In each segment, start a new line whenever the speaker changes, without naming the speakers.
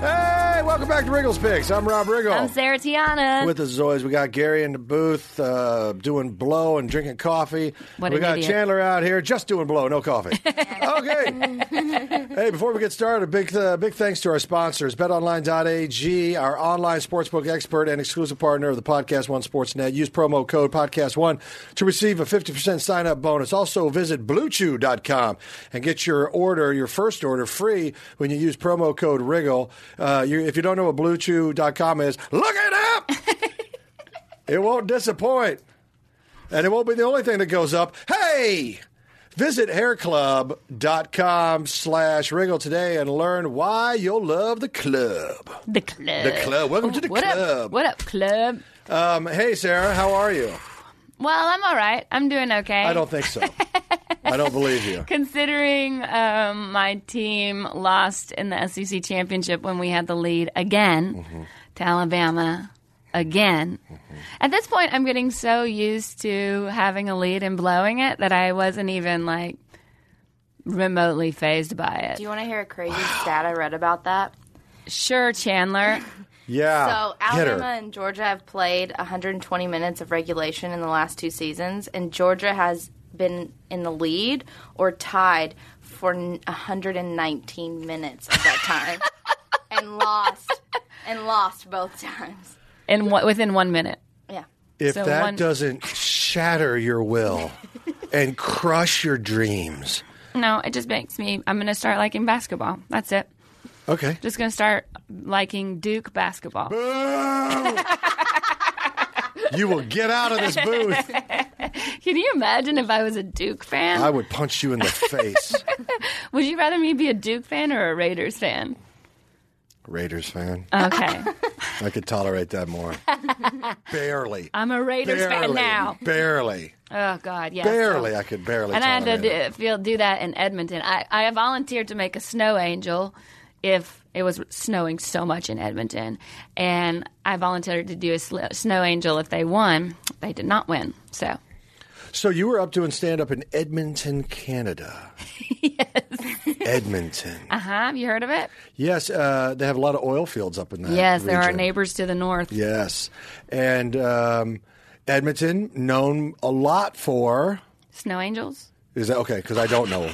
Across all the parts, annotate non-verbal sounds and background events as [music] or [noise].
Hey, welcome back to Wriggles Picks. I'm Rob Riggle.
I'm Sarah Tiana.
With us as always, we got Gary in the booth uh, doing blow and drinking coffee.
What
we
an
got
idiot.
Chandler out here just doing blow, no
[laughs]
coffee. okay. hey, before we get started, a big uh, big thanks to our sponsors, BetOnline.ag, our online sportsbook expert and exclusive partner of the Podcast One Sportsnet. Use promo code Podcast One to receive a 50% sign up bonus. Also, visit BlueChew.com and get your order, your first order, free when you use promo code Wriggle. Uh, you, if you don't know what BlueChew.com is, look it up. It won't disappoint. And it won't be the only thing that goes up. Hey! Visit hairclub.com slash wriggle today and learn why you'll love the club.
the club.
The club. Welcome to the
what up?
club.
What up, club?
Um, hey, Sarah, how are you?
Well, I'm all right. I'm doing okay.
I don't think so. I don't believe
[laughs]
you.
Considering um, my team lost in the SEC championship when we had the lead again
Mm-hmm.
to Alabama again. At this point, I'm getting so used to having a lead and blowing it that I wasn't even like remotely phased by
Do
it.
you want to hear a crazy stat I read about that?
Sure, Chandler.
Yeah.
So
hit
Alabama
her.
and Georgia have played 120 minutes of regulation in the last two seasons, and Georgia has been in the lead or tied for n- 119 minutes of that
[laughs]
time, and lost and lost both times.
In one, within one minute.
Yeah.
If
so
that
one-
doesn't shatter your
[laughs]
will and crush your dreams.
No, it just makes me. I'm going to start liking basketball. That's it.
Okay.
Just going to start liking Duke basketball.
[laughs] you will get out of this
[laughs]
booth.
Can you imagine if I was a Duke fan?
I would punch you in the face,
Would you rather me be a Duke fan or a Raiders fan?
Raiders fan. [laughs]
Okay.
I could tolerate that
[laughs]
more. barely.
I'm a Raiders fan
barely.
now.
Barely.
Oh, God. Yeah.
Barely. I could barely
And I had to
tolerate it.
do, feel, do that in Edmonton. I, I volunteered to make a snow angel if it was snowing so much in Edmonton. And I volunteered to do a sl- snow angel if they won. They did not win. So uh-huh.
So you were up doing stand up in Edmonton,
[laughs]
Canada. yes. Edmonton.
Uh-huh. You heard of it?
Yes, uh, they have a lot of oil fields up in that.
yes, they're our
region.
neighbors to the north.
Yes. And um, Edmonton, known a lot for.
Snow angels?
Is that okay? Because I don't
[laughs]
know.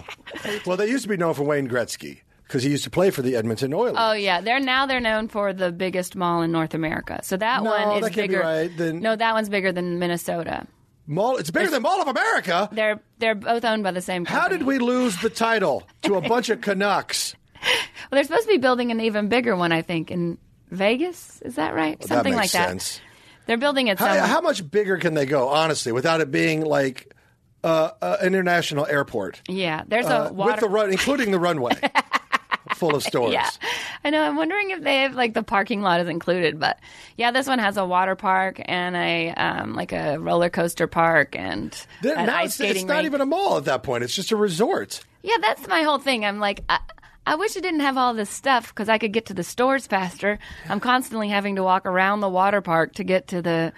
well, they used to be known for Wayne Gretzky because he used to play for the Edmonton Oilers.
Oh yeah, they're now they're known for the biggest mall in North America. So that
No,
one is
that can't be
bigger.
right. Then-
no, that one's bigger than Minnesota.
Mall, it's bigger than Mall of America.
They're they're both owned by the same company.
How did we lose the title to a bunch of Canucks?
Well, they're supposed to be building an even bigger one, I think, in Vegas. Is that right? Something
that makes
like
sense.
that. They're building it.
How,
somewhere.
how much bigger can they go, honestly, without it being like uh, uh, an international airport
yeah, there's
Uh,
a water.
with the run, including the
[laughs]
runway full of stores?
Yeah. I know. I'm wondering if they have like the parking lot is included, but yeah, this one has a water park and a um, like a roller coaster park and
Then-
an
now
ice
it's, it's
skating
not
rink.
even a mall at that point. It's just a resort.
yeah, that's my whole thing. I'm like. I- I wish I didn't have all this stuff because I could get to the stores faster. I'm constantly having to walk around the water park to get to the,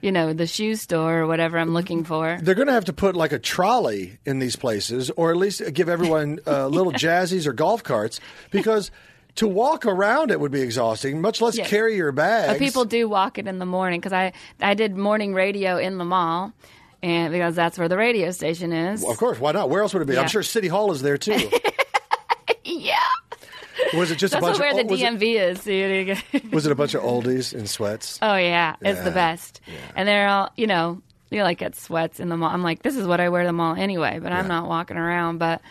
you know, the shoe store or whatever I'm looking for.
They're going to have to put like a trolley in these places, or at least give everyone
[laughs]
uh, little jazzies or golf carts, because to walk around it would be exhausting. Much less
Yes.
carry your
But
bags.
people do walk it in the morning because I I did morning radio in the mall, and because that's where the radio station is.
Of course, why not? Where else would it be?
Yeah.
I'm sure City Hall is there too.
Yeah,
was it just a bunch
that's where
of
the
oh, was it-
DMV is. so you didn't get-
was it a bunch of oldies in sweats?
oh yeah, it's
Yeah,
the best. And they're all you know you like get sweats in the mall. I'm like this is what I wear to the mall anyway, but I'm not walking around. But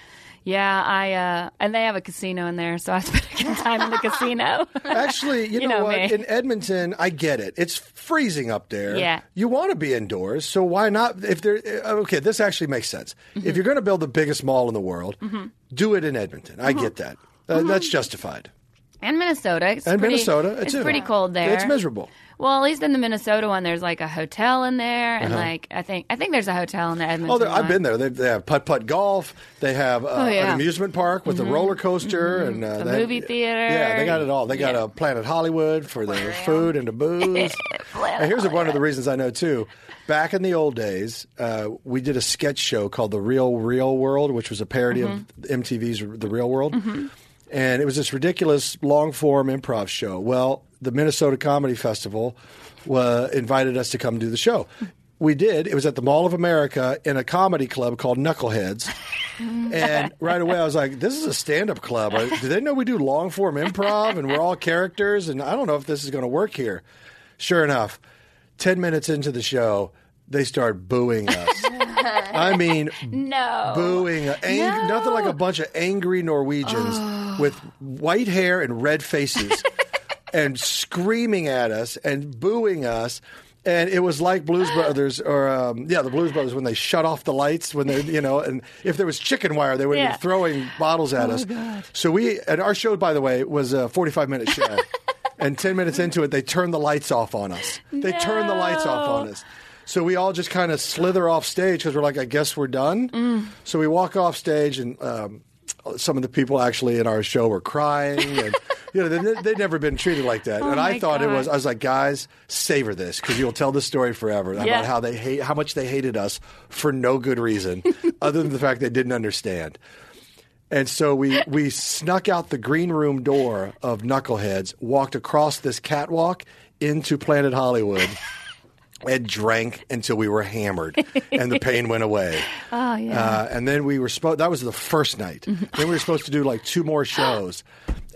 Yeah, I uh, and they have a casino in there, so I [laughs] spent a good time in the casino.
Actually, you,
You
know,
know
what?
me.
In Edmonton, I get it. It's freezing up there.
Yeah.
You want to be indoors, so why not? If there, uh, okay, this actually makes sense.
Mm-hmm.
If you're going to build the biggest mall in the world, do it in Edmonton. I get that. Uh, That's justified.
[laughs] and Minnesota, Mm-hmm. it's
And
pretty,
Minnesota,
it's
too.
pretty cold there.
It's miserable.
Well, at least in the Minnesota one, there's like a hotel in there, and like I think I think there's a hotel in the Edmonton.
Uh-huh. Oh, there- I've
one.
been there. They, they have putt putt golf. They have uh, an
Oh, yeah.
amusement park with a roller coaster and uh,
A
they-
movie theater.
Yeah, they got it all. They got
Yeah.
a Planet Hollywood for the food and the [laughs] booze.
Planet
and here's one of the reasons I know too. Back in the old days, uh, we did a sketch show called The Real Real World, which was a parody of MTV's The Real World, and it was this ridiculous long form improv show. Well, the Minnesota Comedy Festival uh, invited us to come do the show. We did. It was at the Mall of America in a comedy club called Knuckleheads. And right away, I was like, "This is a stand-up club. I, do they know we do long-form improv and we're all characters? And I don't know if this is going to work here." Sure enough, ten minutes into the show, they start booing us. I mean,
No.
booing ang- nothing like a bunch of angry Norwegians with white hair and red faces and screaming at us and booing us. And it was like Blues Brothers, or um, yeah, the Blues Brothers when they shut off the lights when they, you know, and if there was chicken wire, they would
Yeah.
be throwing bottles at us. So we, and our show, by the way, was a forty-five minute show, and ten minutes into it, they turned the lights off on us. They turned the lights off on
No.
us. So we all just kind of slither off stage because we're like, I guess we're done.
Mm.
So we walk off stage, and um, some of the people actually in our show were crying. And, [laughs] you know, they, they'd never been treated like that. and I
Oh my
thought it
God.
was, I was like, guys, savor this because you'll tell this story forever
Yeah.
about how they hate, how much they hated us for no good
[laughs]
reason other than the fact they didn't understand. And so we, we snuck out the green room door of Knuckleheads, walked across this catwalk into Planet Hollywood, and drank until we were hammered, and the pain went away.
[laughs] Oh yeah. Mm-hmm.
Uh, and then we were supposed. That was the first night. then we were supposed to do like two more shows,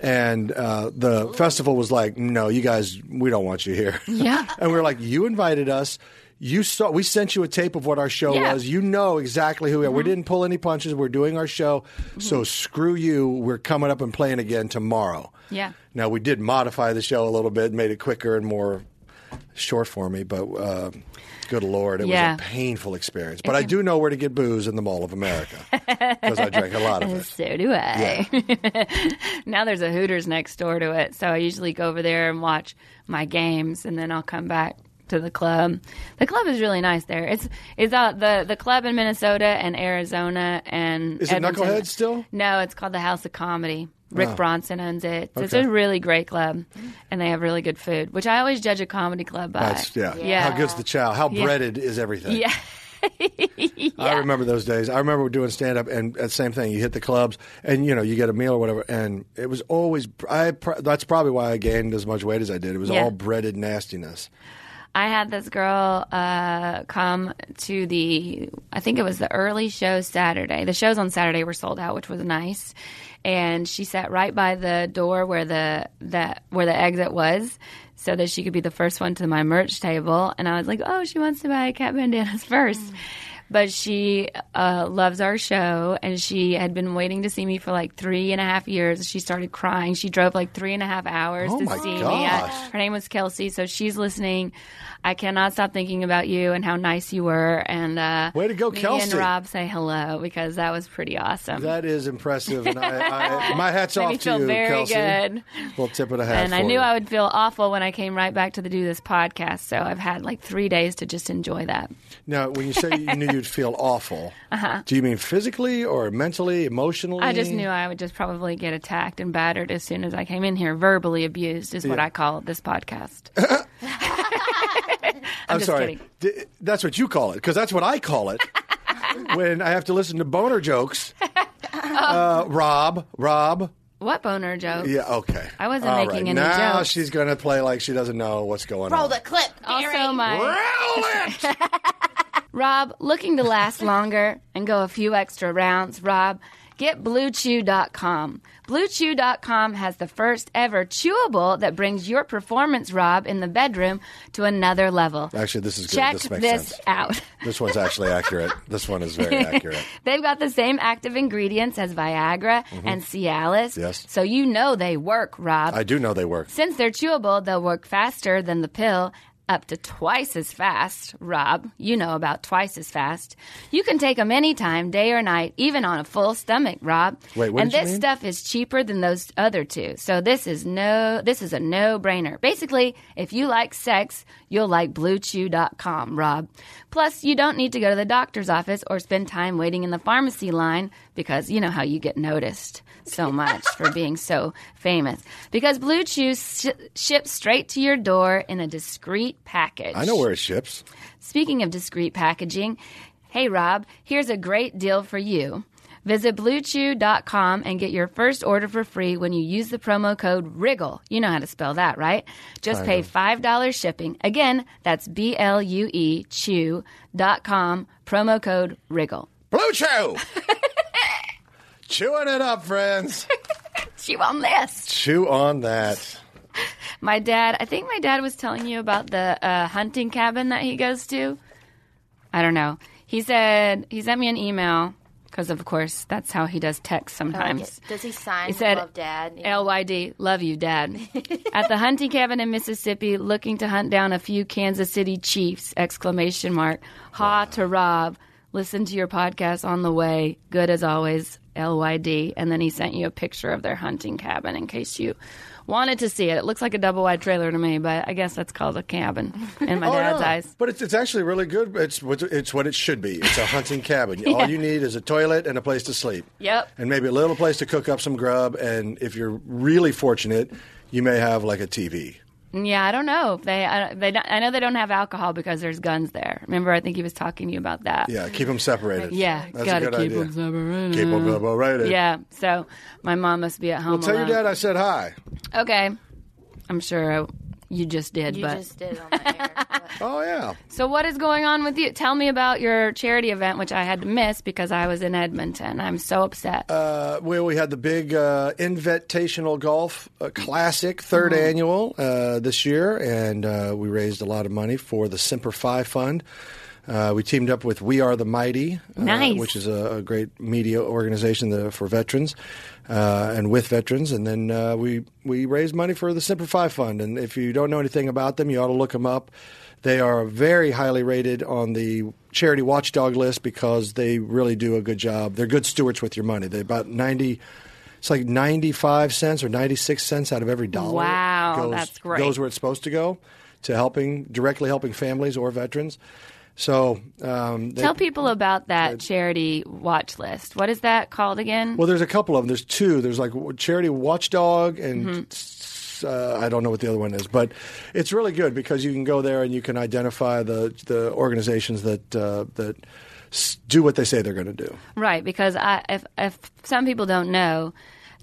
and uh, the festival was like, "No, you guys, we don't want you here."
Yeah.
[laughs] and we were like, "You invited us." You saw we sent you a tape of what our show
Yeah. Mm-hmm.
was. You know exactly who we are. We didn't pull any punches. We're doing our show. So screw you. We're coming up and playing again tomorrow.
Yeah.
Now we did modify the show a little bit, made it quicker and more short for me, but uh, good lord, it
Yeah.
was a painful experience. But I do know where to get booze in the Mall of America because I drank a lot
[laughs]
of it.
So do I. [laughs] now there's a Hooters next door to it, so I usually go over there and watch my games, and then I'll come back to the club. The club is really nice there. It's it's uh, the the club in Minnesota and Arizona and
Is it
Edmonton.
Knucklehead still? Oh.
No, it's called the House of Comedy. Rick Bronson owns it. So It's
Okay.
a really great club, and they have really good food, which I always judge a comedy club by.
That's, yeah.
Yeah.
How good's the chow? How breaded is everything?
Yeah.
[laughs] I remember those days. I remember doing stand up and, and same thing. You hit the clubs and you know you get a meal or whatever, and it was always. I pr- that's probably why I gained as much weight as I did. It was
Yeah.
all breaded nastiness.
I had this girl uh, come to the, I think it was the early show Saturday. The shows on Saturday were sold out, which was nice. And she sat right by the door where the that where the exit was, so that she could be the first one to my merch table. And I was like, oh, she wants to buy cat bandanas first. But she uh, loves our show, and she had been waiting to see me for like three and a half years. She started crying. She drove like three and a half hours
Oh
to
my
see me.
gosh.
I- her name was Kelsey, so she's listening. I cannot stop thinking about you and how nice you were. And uh,
Way to go,
me
Kelsey.
And Rob say hello because that was pretty awesome.
That is impressive, and
[laughs]
I, I, my hat's
Made
off
me
to
feel
you,
very
Kelsey.
good.
Well, tip of the hat.
and I
for
knew
you.
I would feel awful when I came right back to the do this podcast. So I've had like three days to just enjoy that.
Now, when you say you knew you'd
[laughs]
feel awful, do you mean physically or mentally, emotionally?
Uh-huh. I just knew I would just probably get attacked and battered as soon as I came in here. Verbally abused is what
Yeah.
I call this podcast.
I'm,
just
sorry.
kidding.
D- that's what you call it, because that's what I call
[laughs]
it when I have to listen to boner jokes. Uh, Rob, Rob.
what boner joke?
Yeah, okay.
I wasn't
All
making
right.
any
now
jokes.
she's going to play like she doesn't know what's going
Roll
on.
the clip.
Also,
Barry.
my
Roll it!
[laughs] Rob, looking to last longer and go a few extra rounds, Rob, Get BlueChew.com. BlueChew.com has the first ever chewable that brings your performance rob in the bedroom to another level.
Actually, this is good.
Check
This makes sense.
out. [laughs]
This one's actually accurate. This one is very accurate.
They've got the same active ingredients as Viagra and Cialis.
Mm-hmm. Yes.
So you know they work, Rob.
I do know they work.
Since they're chewable, they'll work faster than the pill, up to twice as fast. Rob, you know about twice as fast. You can take them anytime, day or night, even on a full stomach, Rob.
Wait, what
and
did you
this
mean?
stuff is cheaper than those other two. So this is no this is a no-brainer. Basically, if you like sex, you'll like bluechew.com, Rob. Plus, you don't need to go to the doctor's office or spend time waiting in the pharmacy line because you know how you get noticed so much
[laughs]
for being so famous. Because Blue Chew sh- ships straight to your door in a discreet package.
I know where it ships.
Speaking of discreet packaging, hey Rob, here's a great deal for you. Visit bluechew.com and get your first order for free when you use the promo code WRIGGLE. You know how to spell that, right? Just pay $5 shipping. Again, that's B L U E chew.com, promo code WRIGGLE.
Blue Chew! Chewing it up, friends.
Chew on this.
Chew on that.
My dad, I think my dad was telling you about the uh, hunting cabin that he goes to. I don't know. He said, he sent me an email because, of course, that's how he does text
Like
sometimes.
it. Does he sign?
He said,
"Love Dad." Yeah.
LYD, love you,
[laughs]
Dad. At the hunting cabin in Mississippi, looking to hunt down a few Kansas City Chiefs! Exclamation mark. Ha to Rob. Listen to your podcast on the way. Good as always, LYD. And then he sent you a picture of their hunting cabin in case you wanted to see it. It looks like a double wide trailer to me, but I guess that's called a cabin in
[laughs] Oh,
my dad's
yeah.
eyes.
But it's, it's actually really good. It's what- it's what it should be. It's a hunting cabin. [laughs] All you need is a toilet and a place to sleep.
Yep.
And maybe a little place to cook up some grub. And if you're really fortunate, you may have like a TV.
Mm, Yeah, I don't know. if They, I, they, don't- I know they don't have alcohol because there's guns there. Remember, I think he was talking to you about that.
Yeah, keep them separated.
Yeah,
That's
gotta
a good
keep
idea.
them separated.
Keep 'em separated.
Yeah, so my mom must be at home.
Tell your
alone.
dad I said hi.
Okay, I'm sure you just did.
You
but
just did on my
[laughs]
ear. but-
Oh, yeah.
so, what is going on with you? Tell me about your charity event, which I had to miss because I was in Edmonton. I'm so upset.
Uh, Well, we had the big uh, Invitational Golf uh, Classic, 3rd annual uh, this year, and uh, we raised a lot of money for the Semper Fi Fund. Uh, we teamed up with We Are the Mighty, uh,
Nice.
which is a, a great media organization that, for veterans uh, and with veterans. And then uh, we we raised money for the Semper Fi Fund. And if you don't know anything about them, you ought to look them up. They are very highly rated on the charity watchdog list because they really do a good job. They're good stewards with your money. They about ninety. It's like ninety-five cents or ninety-six cents out of every dollar.
Wow,
goes,
that's great.
Goes where it's supposed to go, to helping directly helping families or veterans. So um, they,
Tell people about that charity watch list. What is that called again?
Well, there's a couple of them. There's two. There's like Charity Watchdog and s- uh, I don't know what the other one is, but it's really good because you can go there and you can identify the the organizations that uh, that s- do what they say they're going to do.
Right, because I, if, if some people don't know,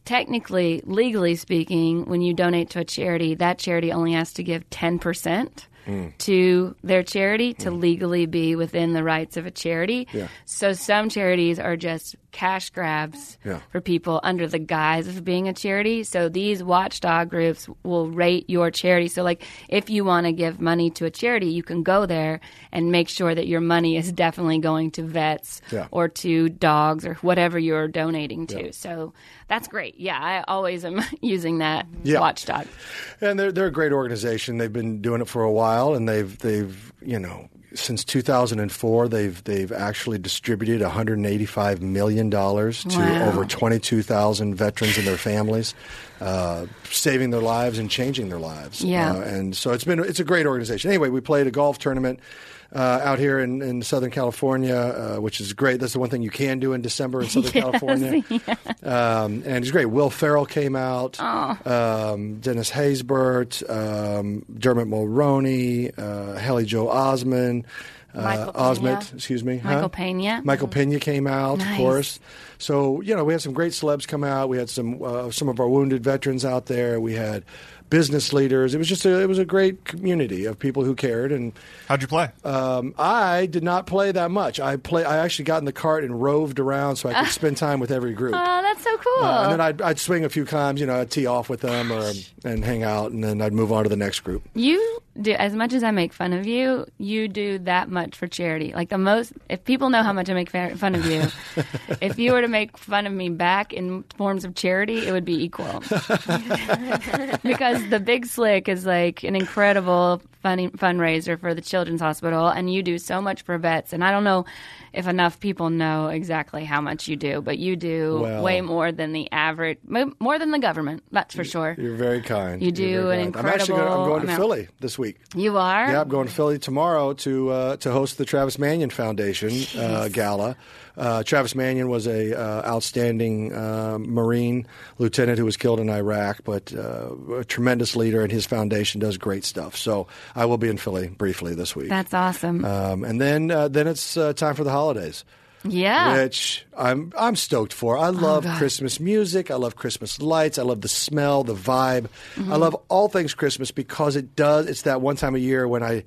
technically, legally speaking, when you donate to a charity, that charity only has to give 10%.
Mm.
To their charity to legally be within the rights of a charity.
Yeah.
So some charities are just cash grabs
Yeah.
for people under the guise of being a charity. So these watchdog groups will rate your charity. So, like, if you want to give money to a charity, you can go there and make sure that your money is definitely going to vets
Yeah.
or to dogs or whatever you're donating to. So that's great. Yeah, I always am [laughs] using that
Yeah.
watchdog.
And they're they're a great organization. They've been doing it for a while, and they've they've you know since 2004 they've they've actually distributed 185 million dollars to
Wow.
over 22,000 veterans and their families, uh, saving their lives and changing their lives.
Yeah.
Uh, and so it's been it's a great organization. Anyway, we played a golf tournament. Uh, out here in, in Southern California, uh, which is great. That's the one thing you can do in December in
[laughs]
Southern California. Um, and it's great. Will Farrell came out. Um, Dennis Haysbert, um, Dermot Mulroney, uh, Hallie Joe Osmond, uh,
Michael
Osment,
Pena.
excuse me,
Michael Pena.
Michael Pena came out,
Nice.
of course. So you know, we had some great celebs come out. We had some uh, some of our wounded veterans out there. We had business leaders. It was just a, it was a great community of people who cared. And
How'd you play?
um, I did not play that much. I play. I actually got in the cart and roved around so I
[laughs]
could spend time with every group.
Oh, that's so cool.
Uh, and then I'd, I'd swing a few times, you know, I'd tee off with them or, and hang out, and then I'd move on to the next group.
You do as much as I make fun of you. You do that much for charity. Like the most, if people know how much I make fa- fun
[laughs]
of you, if you were to make fun of me back in forms of charity, it would
[laughs]
be equal. because the Big Slick is like an incredible funny fundraiser for the Children's Hospital, and you do so much for vets. And I don't know if enough people know exactly how much you do, but you do
Well-
way more than the average, mo- more than the government. That's for sure.
You're very kind.
You do
You're very
an
kind. I'm actually going, I'm
incredible
going to
amount.
Philly this week.
You are.
Yeah, I'm going to Philly tomorrow to uh, to host the Travis Mannion Foundation uh, gala. Uh, Travis Mannion was a uh, outstanding uh, Marine lieutenant who was killed in Iraq, but uh, a tremendous leader, and his foundation does great stuff. So I will be in Philly briefly this week,
That's awesome.
um, and then uh, then it's uh, time for the holidays.
yeah. Oh,
which I'm I'm stoked for. I love Christmas music. I love Christmas lights. I love the smell, the vibe.
Mm-hmm.
I love all things Christmas because it does. It's that one time a year when I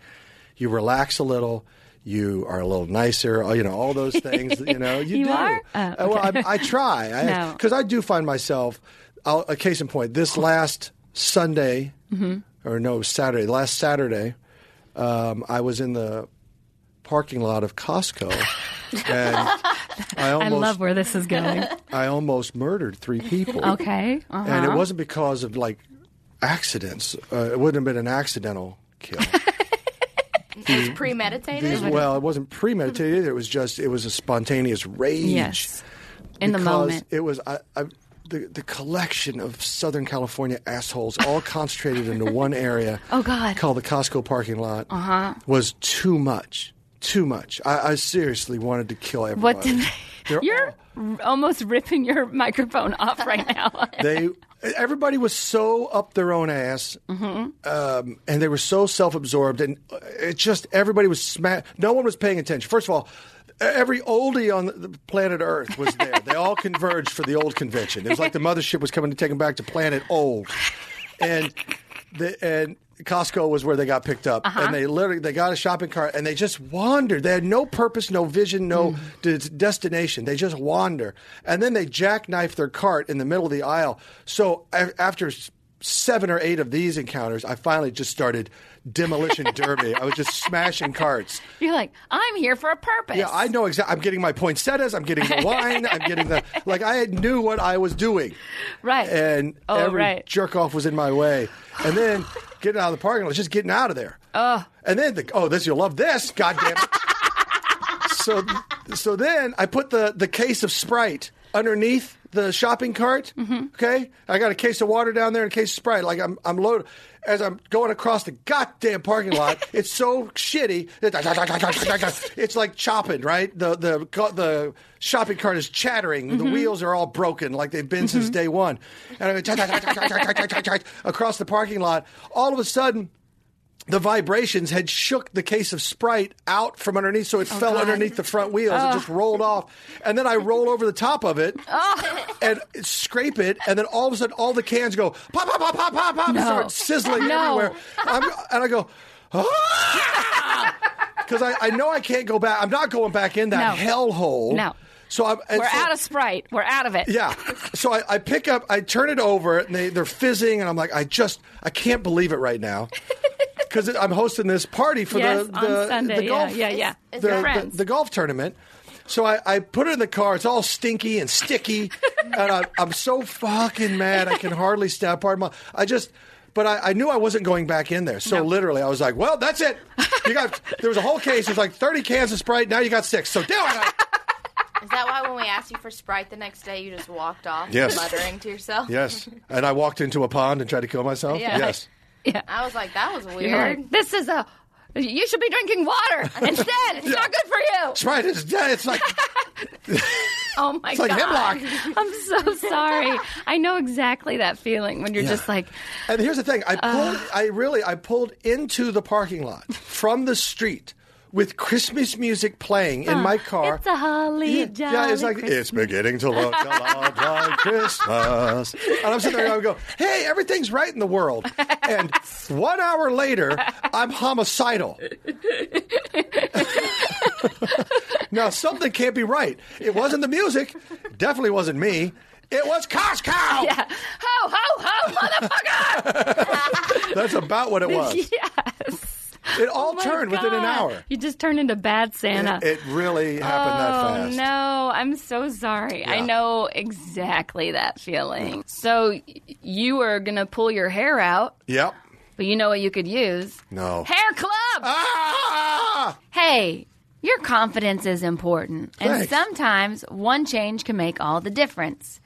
you relax a little. You are a little nicer, uh, you know. All
[laughs]
those things, you know. You,
You
do.
are? Oh,
Uh, Well, I, I
[laughs]
try
No.
because I do find myself. I'll, a case in point: this last Sunday,
Mm-hmm.
or no Saturday, last Saturday, um, I was in the parking lot of
[laughs]
Costco, and I
I
almost
love where this
[laughs]
is going.
I almost murdered three
[laughs]
people.
okay. Uh-huh.
and it wasn't because of like accidents. Uh, it wouldn't have been an accidental kill.
[laughs]
It's premeditated.
These- well, it wasn't premeditated either. It was just it was a spontaneous rage.
Yes. In the
because
moment.
It was I, I, the the collection of Southern California assholes all
[laughs]
concentrated into one area.
Oh, God. Uh-huh.
Called the Costco parking lot. Uh huh. Was too much. Too much. I, I seriously wanted to kill everybody.
What did they-
They're
You're r- almost ripping your microphone
[laughs]
off right now.
they everybody was so up their own ass um, and they were so self-absorbed and uh, it just everybody was sma- no one was paying attention first of all e-, every oldie on the planet earth was there they all converged for the old convention it was like the mothership was coming to take them back to planet old and the, and Costco was where they got picked up, and they literally they got a shopping cart and they just wandered. They had no purpose, no vision, no de- destination. They just wander, and then they jackknife their cart in the middle of the aisle. So a- after s- seven or eight of these encounters, I finally just started
[laughs]
demolition derby. I was just smashing carts.
You're like, I'm here for a purpose.
Yeah, I know exactly. I'm getting my poinsettias. I'm getting the wine. I'm getting
[laughs]
the like. I knew what I was doing
Right.
and
Oh,
every
right.
jerk off was in my way. And then getting out of the parking lot, just getting out of there. and then the, oh, this you'll love this, goddamn. it. so so then I put the the case of Sprite underneath the shopping cart. Okay, I got a case of water down there and a case of Sprite. Like I'm I'm loaded. As I'm going across the goddamn parking lot, it's so shitty. that- It's like chopping, right? The the the shopping cart is chattering. The wheels are all broken, like they've been since day one. And I go across the parking lot. All of a sudden, the vibrations had shook the case of Sprite out from underneath, so it fell
Oh, God. Oh.
underneath the front wheels and just rolled off. And then I roll over the top of it
Oh.
and scrape it, and then all of a sudden, all the cans go pop, pop, pop, pop, pop, pop, and
No.
start sizzling
No.
everywhere. I'm, and I go, because I, I know I can't go back. I'm not going back in that
No.
hellhole.
No.
So I'm, and
We're
so-
out of Sprite. We're out of it.
yeah. So I, I pick up, I turn it over, and they, they're fizzing, and I'm like, I just, I can't believe it right
[laughs]
now. Because I'm hosting this party for
Yes,
the,
on
the,
Sunday.
the
Yeah,
golf,
yeah, yeah. It's
the,
your
the-
friends.
the golf tournament. So I, I put it in the car. It's all stinky and sticky,
[laughs]
and I, I'm so fucking mad. I can hardly stand. Pardon my, I just, but I, I knew I wasn't going back in there. So literally, I was like, well, that's it. You got there was a whole case. It was like 30 cans of Sprite. Now you got six. So do it.
Is that why when we asked you for Sprite the next day, you just walked off,
Yes.
muttering to yourself?
Yes. And I walked into a pond and tried to kill myself.
Yeah.
Yes.
I was like, that was
You're
weird.
like, this is a. You should be
[laughs]
drinking water instead. It's not good for you.
Sprite is dead. It's like
Oh my
like
god!
hemlock.
[laughs] I'm so sorry. I know exactly that feeling when you're just like,
And
Uh.
here's the thing: I pulled, I really, I pulled into the parking lot from the street with Christmas music playing in my car.
It's a holly
Yeah,
jolly
yeah, it's like
Christmas.
it's beginning to look a lot like Christmas. And I'm sitting there and I go, hey, everything's right in the world. And one hour later, I'm homicidal. [laughs] now something can't be right. It wasn't the music. Definitely wasn't me. It was Costco.
Yeah. [laughs] Ho, ho, ho,
[laughs]
motherfucker!
That's about what it
[laughs]
was.
yes.
It all
Oh My
turned within an
God.
hour.
You just turned into bad Santa.
It really happened
Oh
that fast.
no, I'm so sorry. I
Yeah.
know exactly that feeling. So y- you were gonna pull your hair out,
Yep.
but you know what you could use?
No.
Hair club.
Ah!
hey, your confidence is important, and
Thanks.
sometimes one change can make all the difference.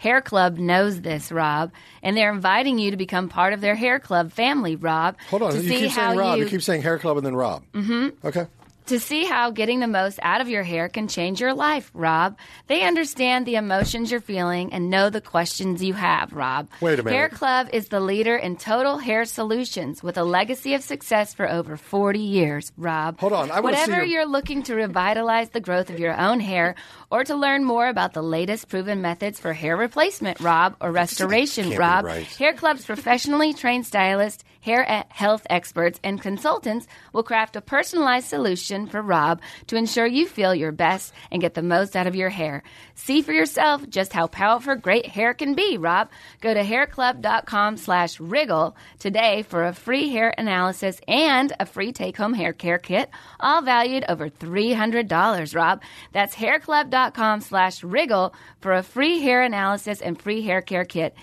Hair Club knows this, Rob, and they're inviting you to become part of their Hair Club family, Rob.
Hold on.
to
You
see
keep
how
saying Rob. You... keep saying Hair Club and then Rob. Mm-hmm. Okay.
to see how getting the most out of your hair can change your life, Rob. They understand the emotions you're feeling and know the questions you have, Rob.
Wait a minute.
Hair Club is the leader in total hair solutions with a legacy of success for over 40 years, Rob.
Hold on, I wanna see
Whatever
your-
you're looking to revitalize the growth of your own hair or to learn more about the latest proven methods for hair replacement, Rob, or restoration,
can't be
Rob,
right.
Hair Club's professionally trained stylists, hair e- health experts, and consultants will craft a personalized solution for Rob to ensure you feel your best and get the most out of your hair. See for yourself just how powerful great hair can be, Rob. Go to hairclub.com slash wriggle today for a free hair analysis and a free take-home hair care kit, all valued over $300, Rob. That's hairclub.com slash wriggle for a free hair analysis and free hair care kit.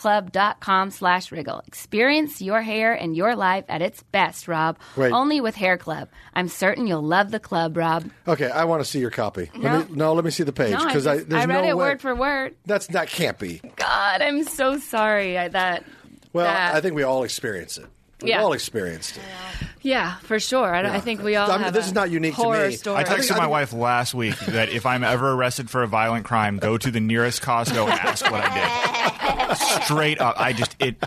Hairclub.com slash wriggle. Experience your hair and your life at its best, Rob.
Wait.
Only with Hair Club. I'm certain you'll love the club, Rob.
Okay. I want to see your copy. Let me, no, let me see the page
No, I,
because I,
just-
there's
I read
no
it
way.
word for word.
That's that can't be.
God, I'm so sorry I, that.
Well,
that-
I think we all experience it. We
Yeah.
all experienced it.
Yeah, for sure. I, don't I think we all
I mean,
have
this
a
is not unique to
horror
me.
Story.
I
I texted my wife last week that if I'm ever arrested for a violent crime, go to the nearest Costco and ask what I did. Straight up, I just it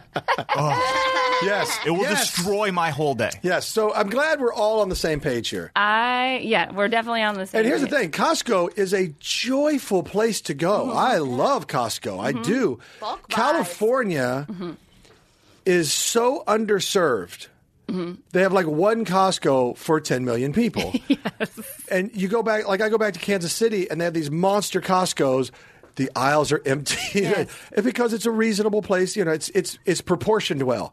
Yes.
it will
yes.
destroy my whole day.
Yes. So I'm glad we're all on the same page here.
I yeah, we're definitely on the same.
And here's the
page.
thing Costco is a joyful place to go.
Mm-hmm.
I love Costco. I do.
Bulk buys.
California
Mm-hmm.
is so underserved. They have like one Costco for 10 million people.
[laughs]
And you go back, like I go back to Kansas City and they have these monster Costco's. The aisles are empty [laughs]
Yes.
And because it's a reasonable place. You know, it's, it's, it's proportioned well.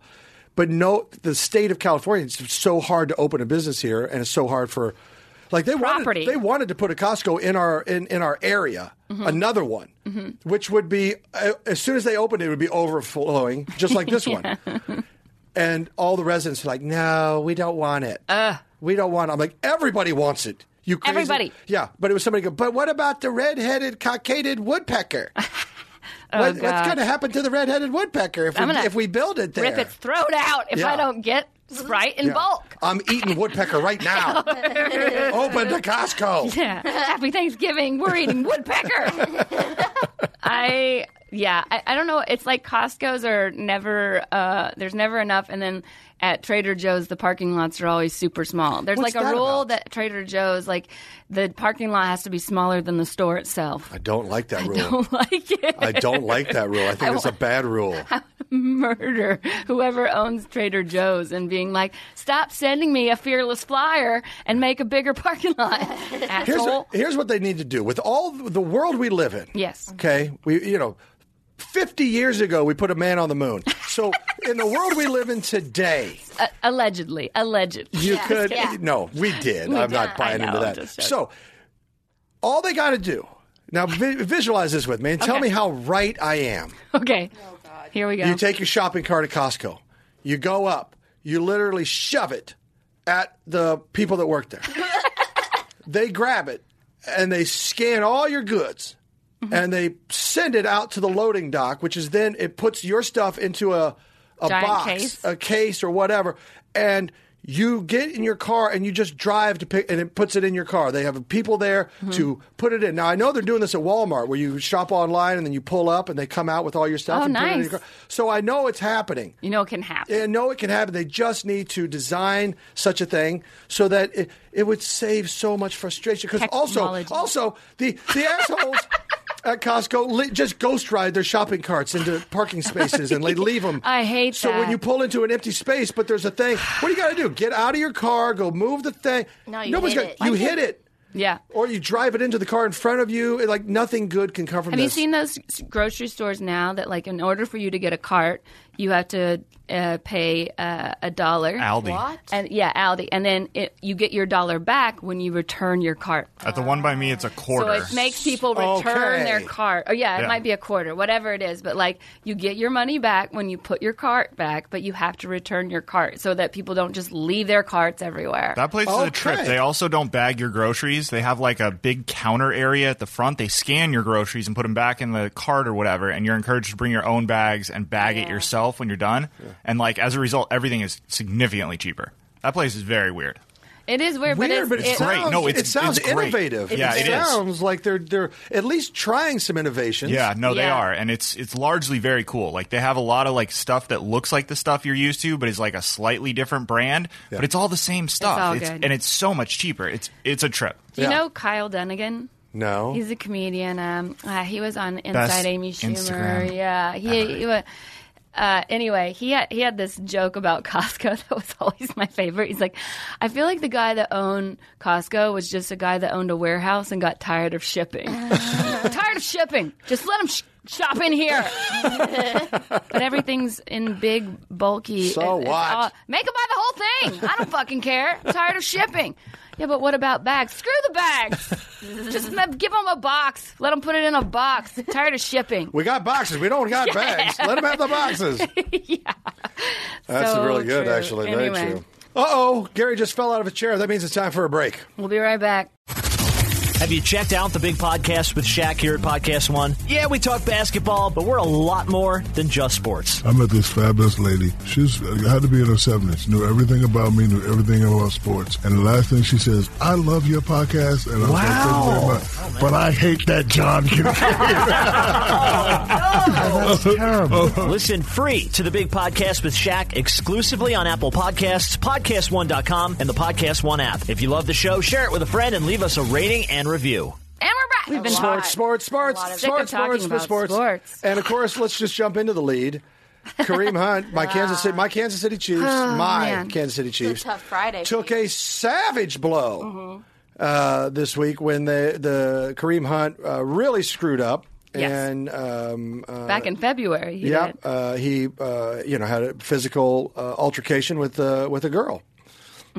But no, the state of California, it's so hard to open a business here and it's so hard for. Like they
Property. Mm-hmm.
wanted, they wanted to put a Costco in our in, in our area, another one, which would be uh, as soon as they opened it, it would be overflowing, just like
[laughs]
this one. And all the residents are like, "No, we don't want it. we don't want." it. I'm like, "Everybody wants it. You crazy?
Uh. Everybody.
yeah." But it was somebody go, "But what about the red-headed cockaded
[laughs]
woodpecker?
Oh,
what, what's
God.
going to happen to the red-headed woodpecker if we,
I'm gonna
if we build it there?
Rip its throat out if
Yeah.
I don't get Sprite in
Yeah.
bulk. [laughs] Oh,
I'm eating woodpecker right now. Open to Costco."
[laughs] Yeah. Happy Thanksgiving. We're eating
[laughs]
woodpecker. I yeah. I, I don't know. It's like Costco's are never. Uh, there's never enough, and then at Trader Joe's the parking lots are always super small. There's
What's
like a
that
rule
about?
that Trader Joe's like the parking lot has to be smaller than the store itself. [laughs]
I don't like that rule.
don't like it.
I don't like that rule. I think it's a bad rule.
murder whoever owns Trader Joe's and being like, stop sending me a fearless flyer and make a bigger parking lot,
Here's,
asshole.
here's what they need to do with all the world we live in.
Yes.
Okay. We, you know, 50 years ago, we put a man on the moon.
[laughs]
So in the world we live in today,
A- Uh, allegedly, allegedly.
you
Yeah,
could.
yeah.
No, we did. I'm
I
not buying
know,
into that.
just joking.
So all they got to do now, vi- visualize this with me and tell
Okay.
me how right I am.
[laughs] Okay, here we go.
You take your shopping cart at Costco. You go up. You literally shove it at the people that work
[laughs]
there. they grab it and they scan all your goods
Mm-hmm.
and they send it out to the loading dock, which is then it puts your stuff into a a
Giant
box,
case.
a case or whatever, and You get in your car and you just drive to pick, and it puts it in your car. They have people there
Mm-hmm.
to put it in. Now I know they're doing this at Walmart, where you shop online and then you pull up and they come out with all your stuff
Oh,
and put it in your
nice.
car. So I know it's happening.
You know it can happen.
And no, it can happen. They just need to design such a thing so that it, it would save so much frustration. Because also,
Technology.
also the the assholes at Costco li- just ghost ride their shopping carts into parking spaces and they leave them.
[laughs] I hate
so when
that.
you pull into an empty space, but there's a thing. What do you got to do? Get out of your car, go move the thing.
No, you
Nobody's
hit
got-
it.
You
Why
hit it.
yeah.
Or you drive it into the car in front of you. It- like nothing good can come from
Have you
this.
seen those s- grocery stores now that, like, in order for you to get a cart, you have to uh, pay uh, a dollar?
Aldi.
What?
And yeah, Aldi, and then it, you get your dollar back when you return your cart.
At the one by me, it's a
So
quarter.
it makes people return
Okay.
their cart. Oh yeah, it
Yeah.
might be a quarter, whatever it is. But like, you get your money back when you put your cart back, but you have to return your cart so that people don't just leave their carts everywhere.
That place is a trip.
Okay.
They also don't bag your groceries. They have like a big counter area at the front. They scan your groceries and put them back in the cart or whatever. And you're encouraged to bring your own bags and bag it
Yeah.
yourself when you're done. And like as a result, everything is significantly cheaper. That place is very weird.
it is weird,
weird,
but
but
it's,
it,
it-
great.
sounds,
No, it's-
it sounds
it's great.
innovative.
Yeah,
it,
it is.
sounds like they're they're at least trying some innovations.
Yeah, no, they
Yeah.
are, and it's it's largely very cool. Like they have a lot of like stuff that looks like the stuff you're used to, but is like a slightly different brand. But it's all the same stuff,
all good.
and it's so much cheaper. It's it's a trip.
Do you
Yeah.
know Kyle Dunnigan?
No.
He's a comedian. Um, uh, he was on Inside
Best
Amy Schumer.
Instagram
yeah, he. he wa- uh, anyway, he had, he had this joke about [laughs] Costco that was always my favorite. He's like, I feel like the guy that owned Costco was just a guy that owned a warehouse and got tired of shipping. [laughs] tired of shipping. Just let him sh- shop in here. but everything's in big, bulky.
So
it's
what?
all- make him buy the whole thing. I don't fucking care. I'm tired of shipping. Yeah, but what about bags? Screw the bags. Just ma- give them a box. Let them put it in a box. Tired
[laughs]
of shipping.
We got boxes. We don't got bags. Let them have the boxes. yeah. That's
So
really good,
true.
actually. Very
Anyway.
true. Uh oh, Gary just fell out of a chair. That means it's time for a break.
We'll be right back.
Have you checked out the big podcast with Shaq here at Podcast One? Yeah, we talk basketball, but we're a lot more than just sports.
I met this fabulous lady. She was, had to be in her 70s, knew everything about me, knew everything about sports. And the last thing she says, I love your podcast. And I was
Wow.
like, thank you very much. but I hate that [laughs] John [laughs] Kincaid. Oh, that's terrible.
Listen free to the big podcast with Shaq exclusively on Apple Podcasts, PodcastOne.com, and the Podcast One app. If you love the show, share it with a friend and leave us a rating and review.
And we're back. We've been
Wow.
Sports, sports, sports,
A lot of- Sick
sports,
of talking
sports,
about
sports,
sports.
And of course, let's just jump into the
[laughs]
lead. Kareem Hunt, my Kansas City, my Kansas City Chiefs, my
Oh, man.
Kansas City
a
Chiefs,
tough Friday for
took
you. Mm-hmm.
a savage blow uh, this week when the the Kareem Hunt uh, really screwed up,
Yes.
and um, uh,
back in February. he
Yeah,
did.
uh, he uh, you know had a physical uh, altercation with uh, with a girl,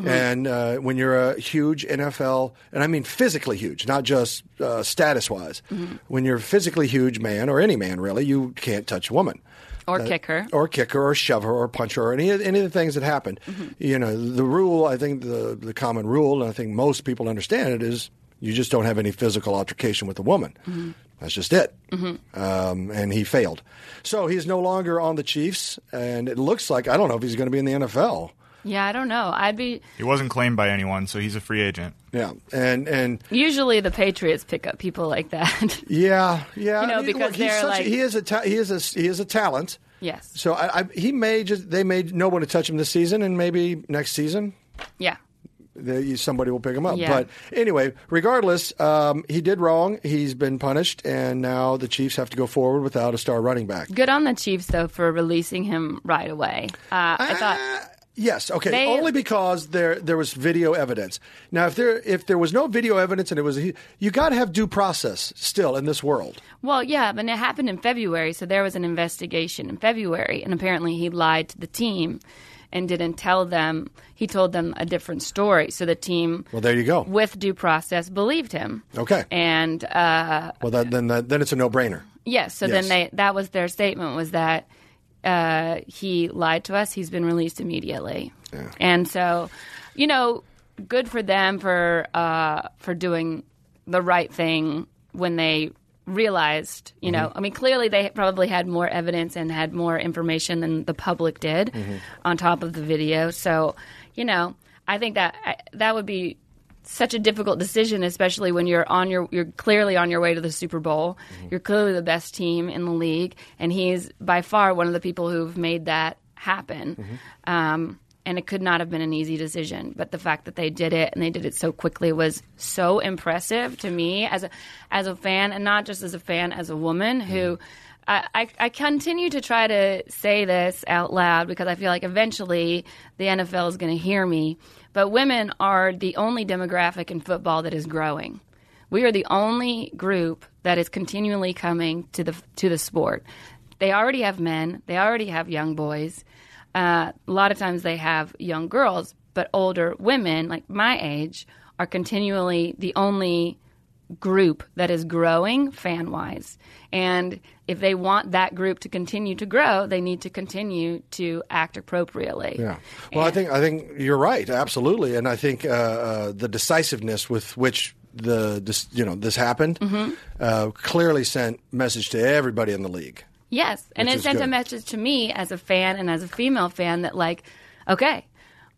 and uh, when you're a huge NFL, and I mean physically huge, not just uh, status wise, when you're a physically huge man or any man really, you can't touch a woman.
Or kick her.
uh, Or kick her, or shove her, or punch her, or any, any of the things that happened.
Mm-hmm.
You know, the rule, I think the, the common rule, and I think most people understand it, is you just don't have any physical altercation with a woman.
Mm-hmm.
That's just it. Um, and he failed. So he's no longer on the Chiefs, and it looks like, I don't know if he's going to be in the NFL.
yeah, I don't know. I'd be
He wasn't claimed by anyone, so he's a free agent.
Yeah. And, and
usually the Patriots pick up people like that. [laughs]
yeah, yeah.
You know, because
he's
they're
such a-
like-
he, is a ta- he, is a, he is a talent.
yes.
So I, I, he may just, they may know when to touch him this season and maybe next season.
yeah.
that you- somebody will pick him up.
Yeah.
But anyway, regardless, um, he did wrong. He's been punished, and now the Chiefs have to go forward without a star running back.
Good on the Chiefs though for releasing him right away. Uh, I thought.
Ah, yes, okay,
They-
only because there there was video evidence. Now, if there if there was no video evidence and it was you got to have due process still in this world.
Well, yeah, but it happened in February, so there was an investigation in February, and apparently he lied to the team and didn't tell them. He told them a different story, so the team,
Well, there you go.
with due process, believed him.
Okay.
And uh,
Well, that, then that, then it's a no brainer.
yes, so
Yes.
then they that was their statement was that uh, he lied to us. He's been released immediately, and so you know, good for them for uh, for doing the right thing when they realized. You know, I mean, clearly they probably had more evidence and had more information than the public did on top of the video. So you know, I think that I, that would be such a difficult decision, especially when you're on your you're clearly on your way to the Super Bowl. You're clearly the best team in the league, and he's by far one of the people who've made that happen. Um, and it could not have been an easy decision, but the fact that they did it and they did it so quickly was so impressive to me as a as a fan, and not just as a fan, as a woman who. I, I, I continue to try to say this out loud because I feel like eventually the NFL is going to hear me. But women are the only demographic in football that is growing. We are the only group that is continually coming to the to the sport. They already have men. They already have young boys. Uh, a lot of times they have young girls, but older women, like my age, are continually the only group that is growing fan wise. And if they want that group to continue to grow, they need to continue to act appropriately.
Yeah. Well, I think I think you're right, absolutely, and I think uh, uh, the decisiveness with which the this, you know this happened uh, clearly sent message to everybody in the league.
Yes, and
Which
it
is
sent
good.
a message to me as a fan and as a female fan that like, okay,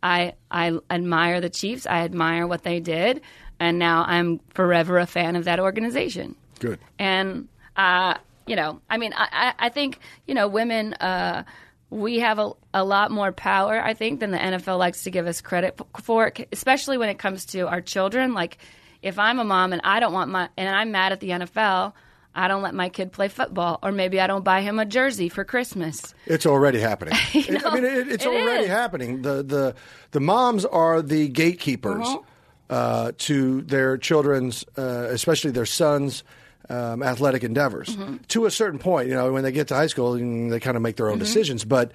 I I admire the Chiefs, I admire what they did, and now I'm forever a fan of that organization.
Good.
And uh, you know, I mean, I, I I think you know, women. Uh, we have a, a lot more power, I think, than the NFL likes to give us credit f- for, especially when it comes to our children. Like, if I'm a mom and I don't want my and I'm mad at the NFL, I don't let my kid play football, or maybe I don't buy him a jersey for Christmas.
It's already happening. It- [laughs] I mean, it, it's
it
already
is.
happening. The the the moms are the gatekeepers uh, to their children's, uh, especially their sons. Um, athletic endeavors to a certain point, you know, when they get to high school, mm, they kind of make their own decisions. But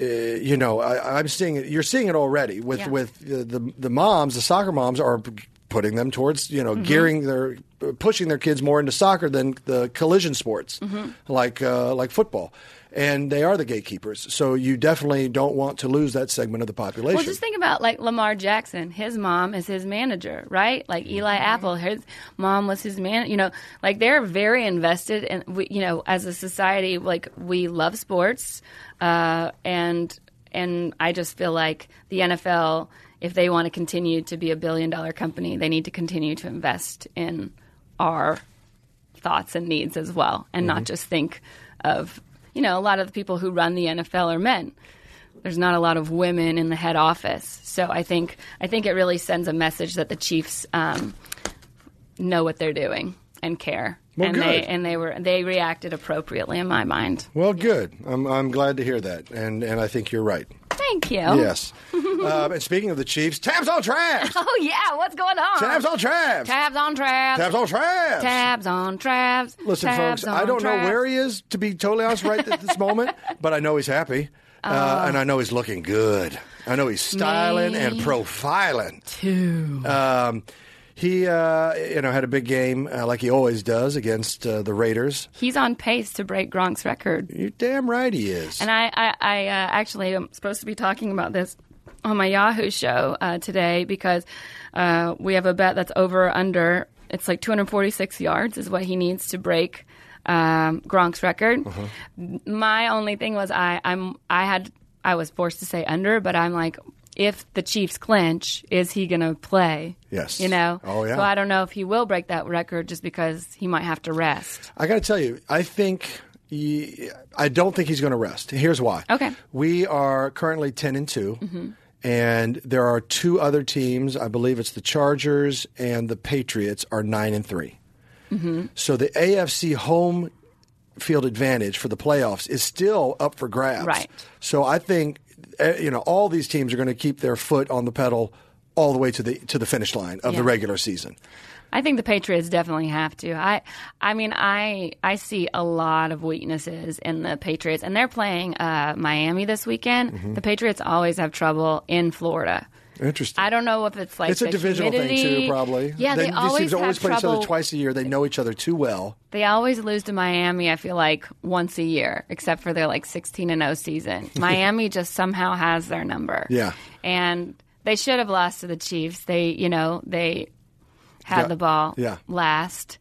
uh, you know, I, I'm seeing it. You're seeing it already with
Yeah.
with the, the the moms, the soccer moms are p- putting them towards you
Mm-hmm.
know gearing their pushing their kids more into soccer than the collision sports
Mm-hmm.
like uh, like football, and they are the gatekeepers. So you definitely don't want to lose that segment of the population.
Well, just think about like Lamar Jackson. His mom is his manager, right? Like Eli Apple, his mom was his man. You know, like they're very invested, and we, you know, as a society, like we love sports, uh, and and I just feel like the NFL, if they want to continue to be a billion dollar company, they need to continue to invest in our thoughts and needs as well, and
Mm-hmm.
not just think of you know a lot of the people who run the NFL are men. There's not a lot of women in the head office, so I think I think it really sends a message that the Chiefs um, know what they're doing and care,
Well,
and they
good.
and they were they reacted appropriately in my mind.
well, good. I'm I'm glad to hear that, and and I think you're right.
Thank you. [laughs]
Yes. um, and speaking of the Chiefs, tabs on Travs.
Oh yeah, what's going on?
Tabs on Travs.
Tabs on Travs.
Tabs on Travs.
Tabs on Travs.
Listen,
Tabs
folks, I
on
don't know
Travs.
where he is, to be totally honest, right at this
[laughs]
moment, but I know he's happy. Uh, and I know he's looking good. I know he's styling and profiling. Too. Um, he, uh, you know, had a big game uh, like he always does against uh, the Raiders.
He's on pace to break Gronk's record.
You're damn right he is.
And I, I, I uh, actually am supposed to be talking about this on my Yahoo show uh, today because uh, we have a bet that's over or under. It's like 246 yards is what he needs to break um, Gronk's record.
Uh-huh.
My only thing was I, I'm, I had, I was forced to say under, but I'm like, if the Chiefs clinch, is he going to play?
Yes.
You know?
Oh, yeah.
So I don't know if he will break that record just because he might have to rest.
I got to tell you, I think he, I don't think he's going to rest. Here's why.
Okay. Mm-hmm.
We are currently 10 and 2. And there are two other teams, I believe it's the Chargers and the Patriots are 9 and 3.
Mm-hmm.
So the AFC home field advantage for the playoffs is still up for grabs.
Right.
So I think eh, you know all these teams are going to keep their foot on the pedal all the way to the to the finish line of the
Yeah.
regular season.
I think the Patriots definitely have to. I, I mean, I I see a lot of weaknesses in the Patriots, and they're playing uh, Miami this weekend.
Mm-hmm.
The Patriots always have trouble in Florida.
Interesting.
I don't know if it's like
It's a
the
divisional thing
humidity.
too, probably.
Yeah,
They-
they
these
always
teams always
have
play each
trouble.
other twice a year. They know each other too well.
They always lose to Miami. I feel like once a year, except for their like sixteen and
[laughs]
zero season. Miami just somehow has their number.
Yeah.
and they should have lost to the Chiefs. They, you know, they had
Yeah.
the ball
Yeah.
last,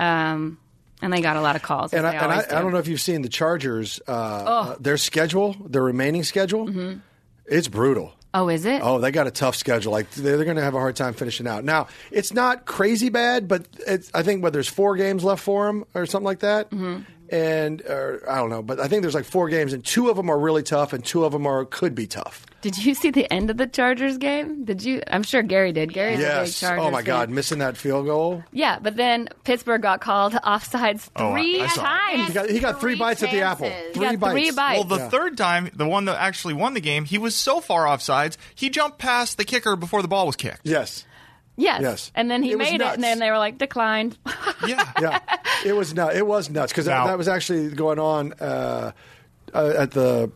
um, and they got a lot of calls. as
And I,
they
and I,
always do.
I don't know if you've
Mm-hmm.
seen the Chargers. Uh, uh, their schedule, their remaining schedule, it's brutal.
Oh, is it?
Oh, they got a tough schedule. Like they're, they're going to have a hard time finishing out. Now, it's not crazy bad, but it's, I think what there's four games left for them or something like that.
Mm-hmm.
And or, I don't know, but I think there's like four games, and two of them are really tough, and two of them are could be tough.
Did you [laughs] see the end of the Chargers game? Did you? I'm sure Gary did. Gary's a big
yes.
Chargers.
Oh my God,
fan.
missing that field goal.
Yeah, but then Pittsburgh got called [laughs] offsides
Oh, I-
three
I saw it.
times.
He got, he got three
Three
bites at the apple.
chances.
He got three bites.
Well, the third time, the one that actually won the game, he was so far offsides, he jumped past the kicker before the ball was kicked.
Yes.
yes.
Yes.
And then he
It was
made it,
nuts.
and then they were like declined.
[laughs] Yeah.
[laughs]
yeah, it was nuts. It was nuts because that,
Now-
that was actually going on uh, uh, at the.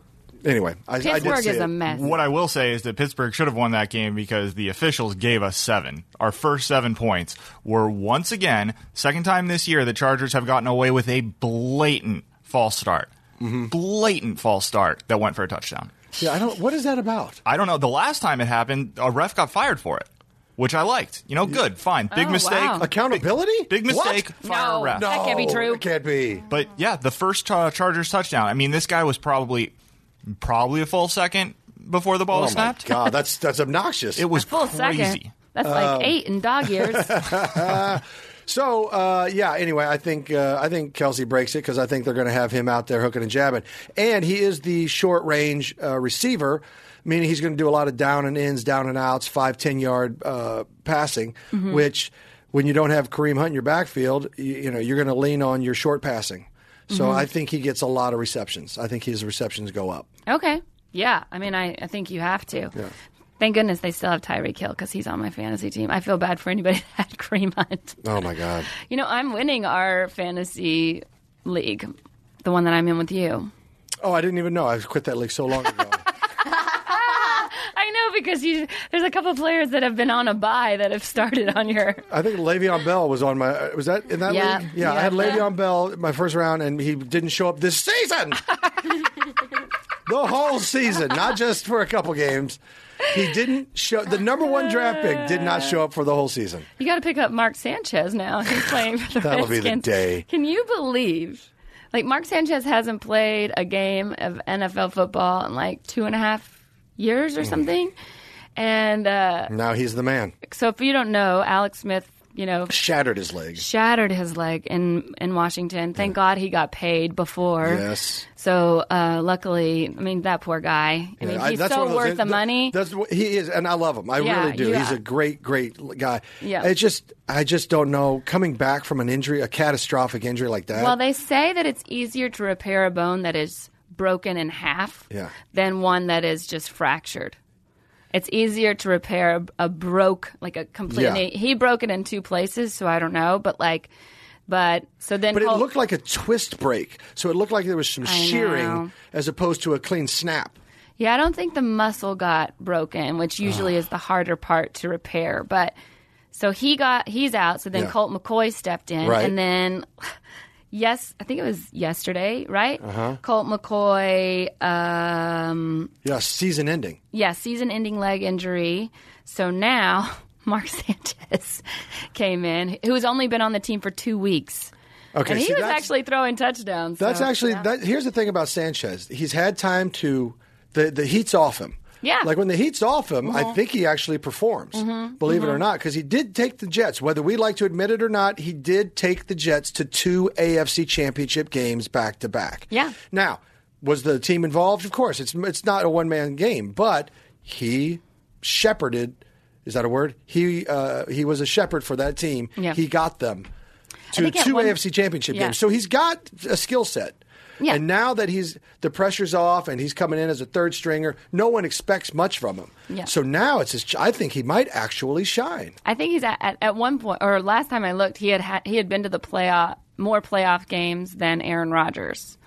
Anyway, I, I did
Pittsburgh
see
is
it.
a mess.
What I will say is that Pittsburgh should have won that game because the officials gave us seven. Our first seven points were once again, second time this year, the Chargers have gotten away with a blatant false start.
Mm-hmm.
Blatant false start that went for a touchdown.
Yeah, I don't. What is that about?
I don't know. The last time it happened, a ref got fired for it, which I liked. You know, good, fine. Big
Oh,
mistake.
wow.
Accountability?
Big
What?
mistake. Fire
No.
a ref. Oh,
No,
That can't be true.
It can't be.
But yeah, the first cha- Chargers touchdown. I mean, this guy was probably probably a full second before the ball
Oh
was snapped.
my god, that's that's obnoxious.
It was
Full
crazy. Um,
second. That's like eight in dog years.
[laughs]
so uh, yeah. Anyway, I think uh, I think Kelsey breaks it because I think they're going to have him out there hooking and jabbing, and he is the short range uh, receiver, meaning he's going to do a lot of down and ins, down and outs, five ten yard uh, passing, which when you don't have Kareem Hunt in your backfield, you, you know you're going to lean on your short passing. So I think he gets a lot of receptions. I think his receptions go up.
okay. Yeah. I mean, I, I think you have to. Thank goodness they still have Tyreek Hill because he's on my fantasy team. I feel bad for anybody [laughs] that had Kareem Hunt.
Oh my god.
You know, I'm winning our fantasy league, the one that I'm in with you.
Oh, I didn't even know. I quit that league so long [laughs] ago.
I know because you, there's a couple players that have been on a buy that have started on your.
I think Le'Veon Bell was on my. Was that in that
Yeah.
league? Yeah, I
Yeah.
had Le'Veon Bell my first round, and he didn't show up this
[laughs]
season. the whole season, not just for a couple games. He didn't show. The number one draft pick did not show up for the whole season.
You got to pick up Mark Sanchez
[laughs]
now. He's playing for the
That'll be the
Redskins.
day.
Can you believe? Like Mark Sanchez hasn't played a game of NFL football in like two and a half years
Mm-hmm.
or something, and uh,
Now he's the man.
so if you don't know, Alex Smith, you know,
Shattered his leg.
shattered his leg in in Washington. Thank God he got paid before.
Yes.
So uh, luckily, I mean that poor guy. I mean
Yeah, I-
he's
that's one of
so
those-
worth the
that-
money.
That's what he is, and I love him. I
Yeah,
really do.
you-
He's a great, great guy.
Yeah.
It's just, I just don't know. Coming back from an injury, a catastrophic injury like that.
Well, they say that it's easier to repair a bone that is broken in half
Yeah.
than one that is just fractured. It's easier to repair a, a broke, like a completely. He broke it in two places, so I don't know, but like, but so then.
But it
Hol-
looked like a twist break. So it looked like there was some shearing
know.
as opposed to a clean snap.
yeah, I don't think the muscle got broken, which usually is the harder part to repair. But so he got he's out. So then
Yeah.
Colt McCoy stepped in,
Right.
and then. [sighs] Yes, I think it was yesterday, right?
Uh-huh.
Colt McCoy
Yeah, season ending.
yeah, season ending leg injury. So now [laughs] Mark Sanchez came in, who's only been on the team for two weeks.
Okay,
and he
see,
was
that's,
actually throwing touchdowns. so-
that's actually that. Here's the thing about Sanchez. He's had time to the the heat's off him.
Yeah. Mm-hmm.
like when the heat's off him, I think he actually performs. Believe it or not, because he did take the Jets. Whether we like to admit it or not, he did take the Jets to two AFC Championship games back to back.
Yeah.
Now, was the team involved? Of course, it's it's not a one man game, but he shepherded. Is that a word? He uh, he was a shepherd for that team.
Yeah.
He got them to
think at
two
one-
AFC Championship
Yeah.
games. So he's got a skill set.
Yeah.
And now that he's the pressure's off and he's coming in as a third stringer, no one expects much from him.
Yeah.
So now it's his. ch- I think he might actually shine.
I think he's at, at, at one point, or last time I looked, he had, had he had been to the playoff more playoff games than Aaron Rodgers.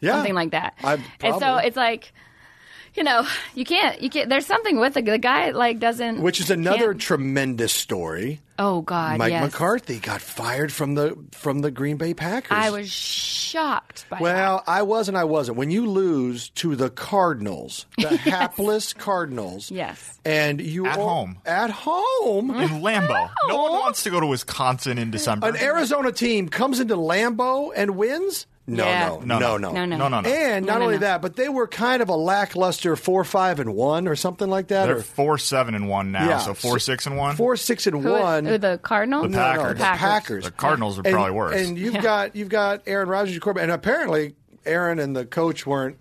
Yeah.
something like that.
I,
and so
probably.
it's like, you know, you can't, you can't. There's something with the, the guy like doesn't.
which is another
can't-
tremendous story.
oh God,
Mike
yes.
McCarthy got fired from the from the Green Bay Packers.
I was shocked by that.
Well, I was and I wasn't. When you lose to the Cardinals, the
[laughs]
hapless Cardinals,
Yes. Mm-hmm.
and you
At
are-
home.
at home,
In Lambeau. No one wants to go to Wisconsin in December.
an Arizona team comes into Lambeau and wins. No,
Yeah.
no, no, no,
No, no.
no, no, no.
And not
No, no,
only
no.
that, but they were kind of a lackluster four, five, and one or something like that.
They're
Or
four seven and one now,
Yeah.
so four six and one.
four, six, and
Who-
one.
who, the Cardinals?
The
No, no,
Packers.
the Packers.
The Cardinals are
And-
probably worse.
And you've got you've got Aaron Rodgers, your quarterback, and apparently Aaron and the coach weren't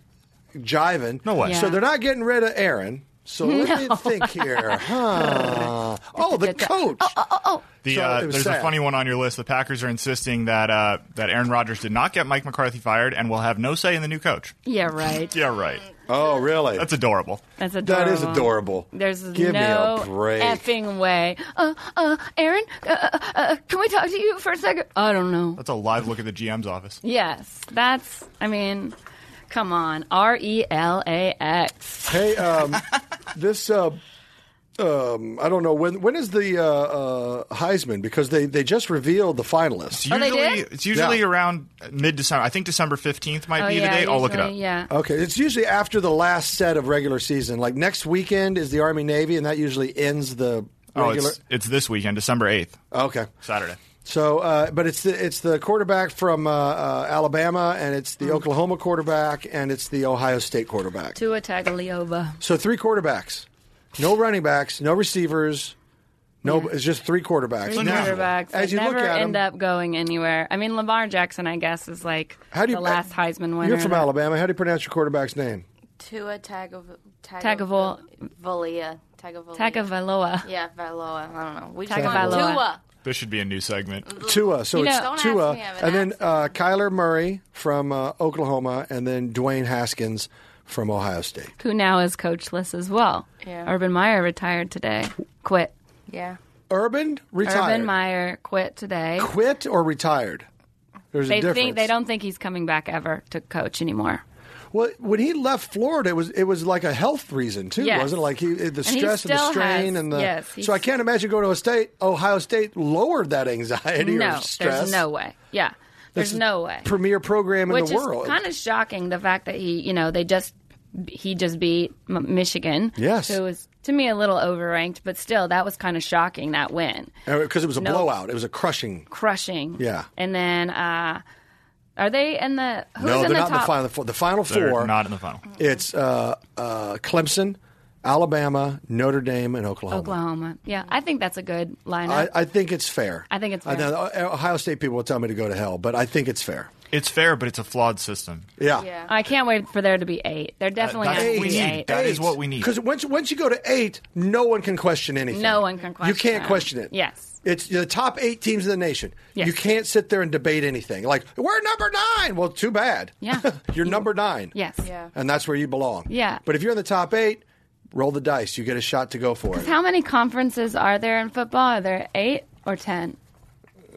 jiving.
No way.
So
Yeah.
they're not getting rid of Aaron.
[laughs]
So let me think here, huh? Oh, the coach.
The,
So
uh,
it was
there's
sad.
a funny one on your list. The Packers are insisting that uh, that Aaron Rodgers did not get Mike McCarthy fired and will have no say in the new coach.
Yeah, right.
Yeah, right.
Oh, really?
That's adorable.
That's adorable.
That is adorable.
There's
Give
no
me a break.
effing way. Uh, uh, Aaron, uh, uh, uh, can we talk to you for a second? I don't know.
That's a live look at the GM's office.
Yes, that's. I mean, come on. R E L A X.
Hey, um, this uh, um, I don't know when. When is the uh, uh, Heisman? Because they they just revealed the finalists.
It's
Oh, they
usually
did?
it's usually
Yeah.
around mid December. I think December fifteenth might
Oh
be
yeah,
the date. I'll look it up.
usually, Yeah.
Okay, it's usually after the last set of regular season. Like next weekend is the Army Navy, and that usually ends the
Oh,
regular.
it's, it's this weekend, December eighth,
okay,
Saturday.
so uh, but it's the it's the quarterback from uh, uh, Alabama, and it's
Mm.
the Oklahoma quarterback, and it's the Ohio State quarterback.
Tua Tagliova.
So three quarterbacks, no running backs, no receivers, no. It's just three quarterbacks.
Three
now,
quarterbacks
as
that
you look
never
at 'em-
end up going anywhere. I mean, Lamar Jackson, I guess, is like
How do you,
the last Heisman winner.
You're from
that-
Alabama. How do you pronounce your quarterback's name?
Tua Tagovailoa.
Tagovol-
Valia. Tagovailoa.
Tagovailoa.
Yeah, Valoa. I don't know. We just want
Tagovailoa.
Tua.
This should be a new segment.
Tua. So
You
it's
know- Don't
ask
Tua,
me, I have an
and then uh, Kyler Murray from uh, Oklahoma, and then Dwayne Haskins from Ohio State.
Who now is coachless as well.
Yeah.
Urban Meyer retired today. Quit.
[laughs] Yeah.
Urban retired.
Urban Meyer quit today.
Quit or retired? There's a
They
difference.
think they don't think he's coming back ever to coach anymore.
Well, when he left Florida, it was it was like a health reason too,
Yes.
wasn't it? Like he, the
he
stress and the
still
strain
has-
and the.
yes, he's-
so I can't imagine going to a state. Ohio State lowered that anxiety
no,
or stress.
there's no way. Yeah, there's
That's
no
the
way.
Premier program in
Which
the world.
is kind of shocking. The fact that he, you know, they just he just beat M- Michigan.
Yes.
who was to me a little overranked, but still that was kind of shocking. That win,
because it was a
No.
blowout. It was a crushing.
crushing.
Yeah.
and then uh are they in the who's
no,
in
they're
the
not
top?
in the final four. The final
They're
four.
not in the final.
It's uh, uh, Clemson, Alabama, Notre Dame, and Oklahoma.
Oklahoma. Yeah, I think that's a good lineup.
I, I think it's fair.
I think it's fair.
know uh, Ohio State people will tell me to go to hell, but I think it's fair.
It's fair, but it's a flawed system.
Yeah.
Yeah.
I can't wait for there to be eight. There
Uh,
definitely
that's
has
what
to
we
be
need.
eight.
That is what we need.
Because once once you go to eight, no one can question anything.
No one can question
You can't
it.
question it.
Yes.
It's the top eight teams in the nation.
Yes.
You can't sit there and debate anything. Like we're number nine. Well, too bad.
Yeah.
[laughs] You're number nine.
Yes.
Yeah.
And that's where you belong.
Yeah.
But if you're in the top eight, roll the dice. You get a shot to go for it.
How many conferences are there in football? Are there eight or ten?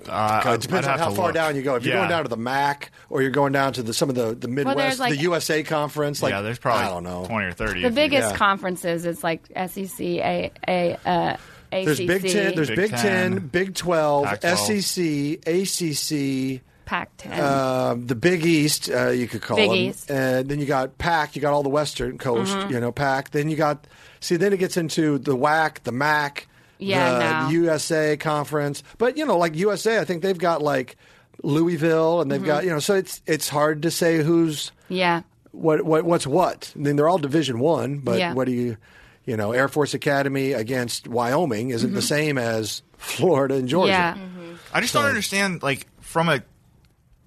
Uh, it depends
I'd
on
have
how
to
far
look.
down you go. If you're
Yeah.
going down to the MAC or you're going down to the some of the, the Midwest,
like-
the USA conference, like
yeah, there's probably
I don't know.
twenty or thirty.
The
if you-
biggest
Yeah.
conferences is like SEC, A, A, uh, ACC,
There's Big Ten, there's Big,
Big
Ten,
10,
Big E 12,
Pac-12.
SEC, ACC,
Pac-10.
um, the Big East, uh, you could call
Big
them.
East. Mm-hmm.
And then you got PAC, you got all the Western Coast, you know, PAC. Then you got, see, then it gets into the WAC, the MAC,
Yeah,
the,
no.
the USA conference. But, you know, like USA, I think they've got like Louisville and they've
Mm-hmm.
got, you know, so it's it's hard to say who's
yeah,
what, what what's what. I mean, they're all Division One, but
Yeah.
what do you, you know, Air Force Academy against Wyoming isn't the same as Florida and Georgia.
Mm-hmm. yeah.
I just don't understand. Like from a,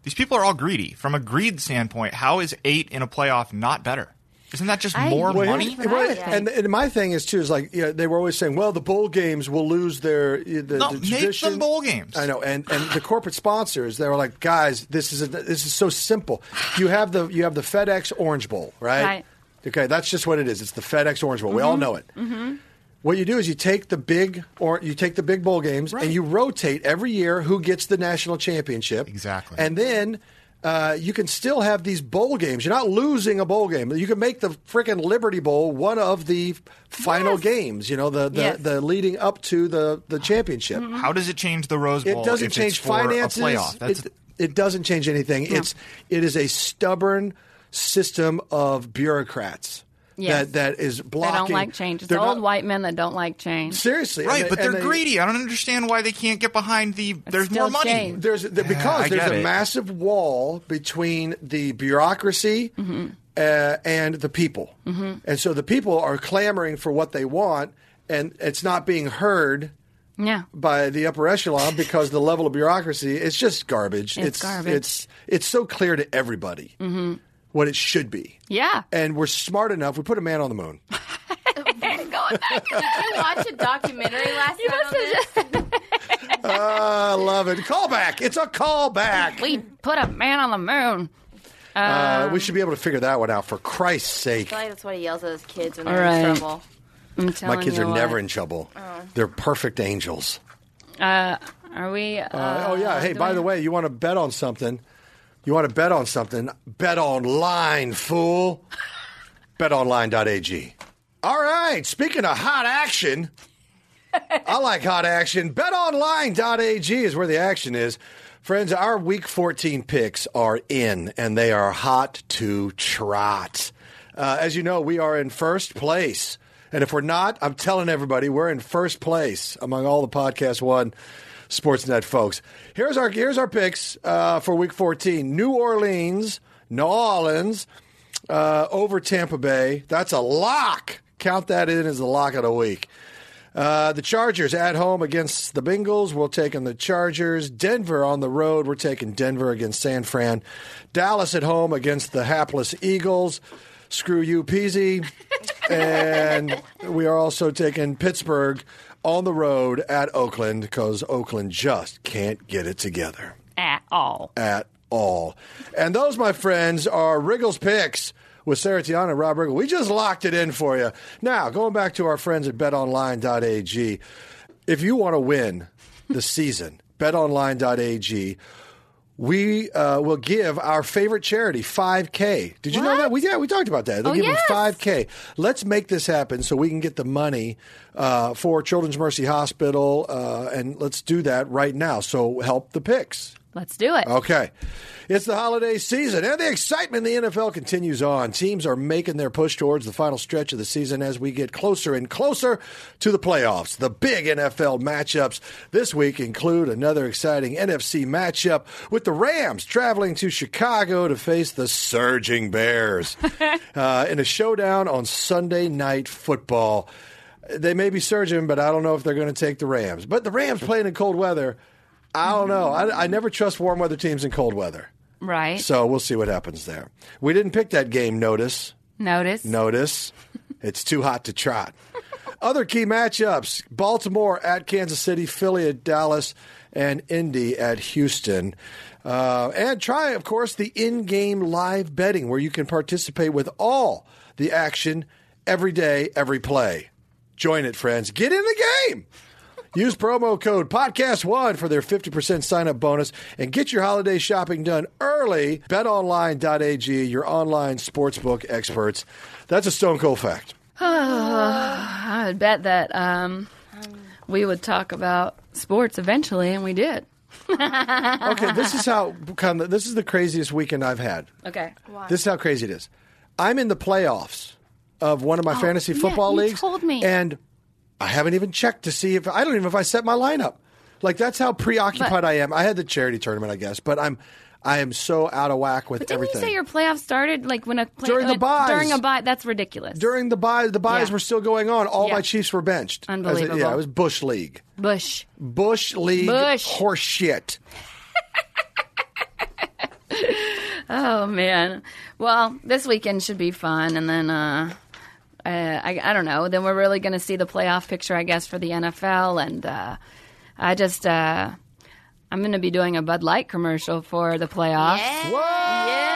these people are all greedy. From a greed standpoint, how is eight in a playoff not better? Isn't that just
I-
more
Well,
money?
what I would
and, and my thing is too is like you know, they were always saying, well, the bowl games will lose their the,
No,
the
make them
tradition.
bowl games.
I know, and and the corporate sponsors they were like, guys, this is a, this is so simple. You have the you have the FedEx Orange Bowl, right?
Right.
Okay, that's just what it is. It's the FedEx Orange Bowl. We all know it. Mm-hmm. What you do is you take the big or you take the big bowl games and you rotate every year who gets the national championship.
Exactly.
And then uh, you can still have these bowl games. You're not losing a bowl game. You can make the freaking Liberty Bowl one of the final games. You know the the,
Yes.
the leading up to the the championship.
How does it change the Rose Bowl?
It doesn't
if
change
it's for
finances.
A playoff. That's,
it, it doesn't change anything. It's it is a stubborn system of bureaucrats
Yes.
that that is
They
blocking.
don't like change. It's
They're
old
not-
white men that don't like change.
Seriously, and
Right,
they-
but
and
they're
they-
greedy. I don't understand why they can't get behind the. There's
still
more money.
change.
There's the, because
I
there's
get
a
it.
massive wall between the bureaucracy
Mm-hmm.
uh, and the people, and so the people are clamoring for what they want, and it's not being heard
Yeah.
by the upper echelon because the level of bureaucracy it's just garbage.
It's garbage. Mm-hmm.
It's it's so clear to everybody what it should be.
Yeah.
and we're smart enough. We put a man on the moon.
Going [laughs] back to
Did you watch a documentary last night on this?
I love it. Call back. It's a call
[laughs]
back.
we put a man on the moon.
Uh, we should be able to figure that one out for Christ's sake.
I feel like that's what he yells at his kids when
All
they're in
right.
trouble.
I'm telling
My kids
you
are
what. Oh.
never in trouble. They're perfect angels.
Are we? Uh,
oh yeah. Hey,
do
by
we-
the way, you want to bet on something? You want to bet on something? Bet online,
[laughs]
fool. BetOnline.ag. All right. Speaking of hot action, I like hot action. BetOnline.ag is where the action is. Friends, our week 14 picks are in, and they are hot to trot. Uh, as you know, we are in first place. And if we're not, I'm telling everybody we're in first place among all the Podcast One Sportsnet folks. Here's our, here's our picks uh, for week 14 New Orleans, New Orleans, uh, over Tampa Bay. That's a lock. Count that in as the lock of the week. Uh, the Chargers at home against the Bengals. We're taking the Chargers. Denver on the road. We're taking Denver against San Fran. Dallas at home against the hapless Eagles. Screw you, Peasy. and we are also taking Pittsburgh on the road at Oakland because Oakland just can't get it together
at all.
at all. And those, my friends, are Wriggles picks with Sarah Tiana and Rob Riggle. We just locked it in for you. Now, going back to our friends at betonline.ag, if you want to win the [laughs] season, betonline.ag, we uh, will give our favorite charity 5K. Did you know
What?
that? We yeah, we talked about that. They'll
Oh,
give
yes.
them 5K. Let's make this happen so we can get the money uh, for Children's Mercy Hospital, uh, and let's do that right now. So help the picks.
Let's do it.
Okay. It's the holiday season, and the excitement in the NFL continues on. Teams are making their push towards the final stretch of the season as we get closer and closer to the playoffs. The big NFL matchups this week include another exciting NFC matchup with the Rams traveling to Chicago to face the surging Bears uh, in a showdown on Sunday Night Football. They may be surging, but I don't know if they're going to take the Rams. But the Rams playing in cold weather. I don't know. I, I never trust warm weather teams in cold weather.
Right.
So we'll see what happens there. We didn't pick that game, notice.
Notice.
Notice. It's too hot to trot. Other key matchups Baltimore at Kansas City, Philly at Dallas, and Indy at Houston. Uh, and try, of course, the in game live betting where you can participate with all the action every day, every play. Join it, friends. Get in the game. Use promo code podcast1 for their 50% sign up bonus and get your holiday shopping done early. BetOnline.ag, your online sportsbook experts. That's a stone cold fact.
I would bet that um, we would talk about sports eventually, and we did.
Okay, this is how kind of- this is the craziest weekend I've had.
Okay.
This is how crazy it is. I'm in the playoffs of one of my fantasy
Oh, yeah,
football
you
leagues.
told me.
And I haven't even checked to see if I don't even know if I set my lineup. Like that's how preoccupied
But-
I am. I had the charity tournament, I guess, but I'm I am so out of whack with
But didn't
everything.
you say your playoff started like when a play-
During the
when-
buys.
During a bye, that's ridiculous.
during the buys, the buys
Yeah.
were still going on. All
Yeah.
my Chiefs were benched. As a-
Unbelievable.
yeah, it was Bush League.
Bush.
Bush League
Bush.
horse shit.
Oh man. Well, this weekend should be fun, and then uh, uh, I, I don't know. Then we're really going to see the playoff picture, I guess, for the NFL, and uh, I just uh, I'm going to be doing a Bud Light commercial for the playoffs.
Whoa!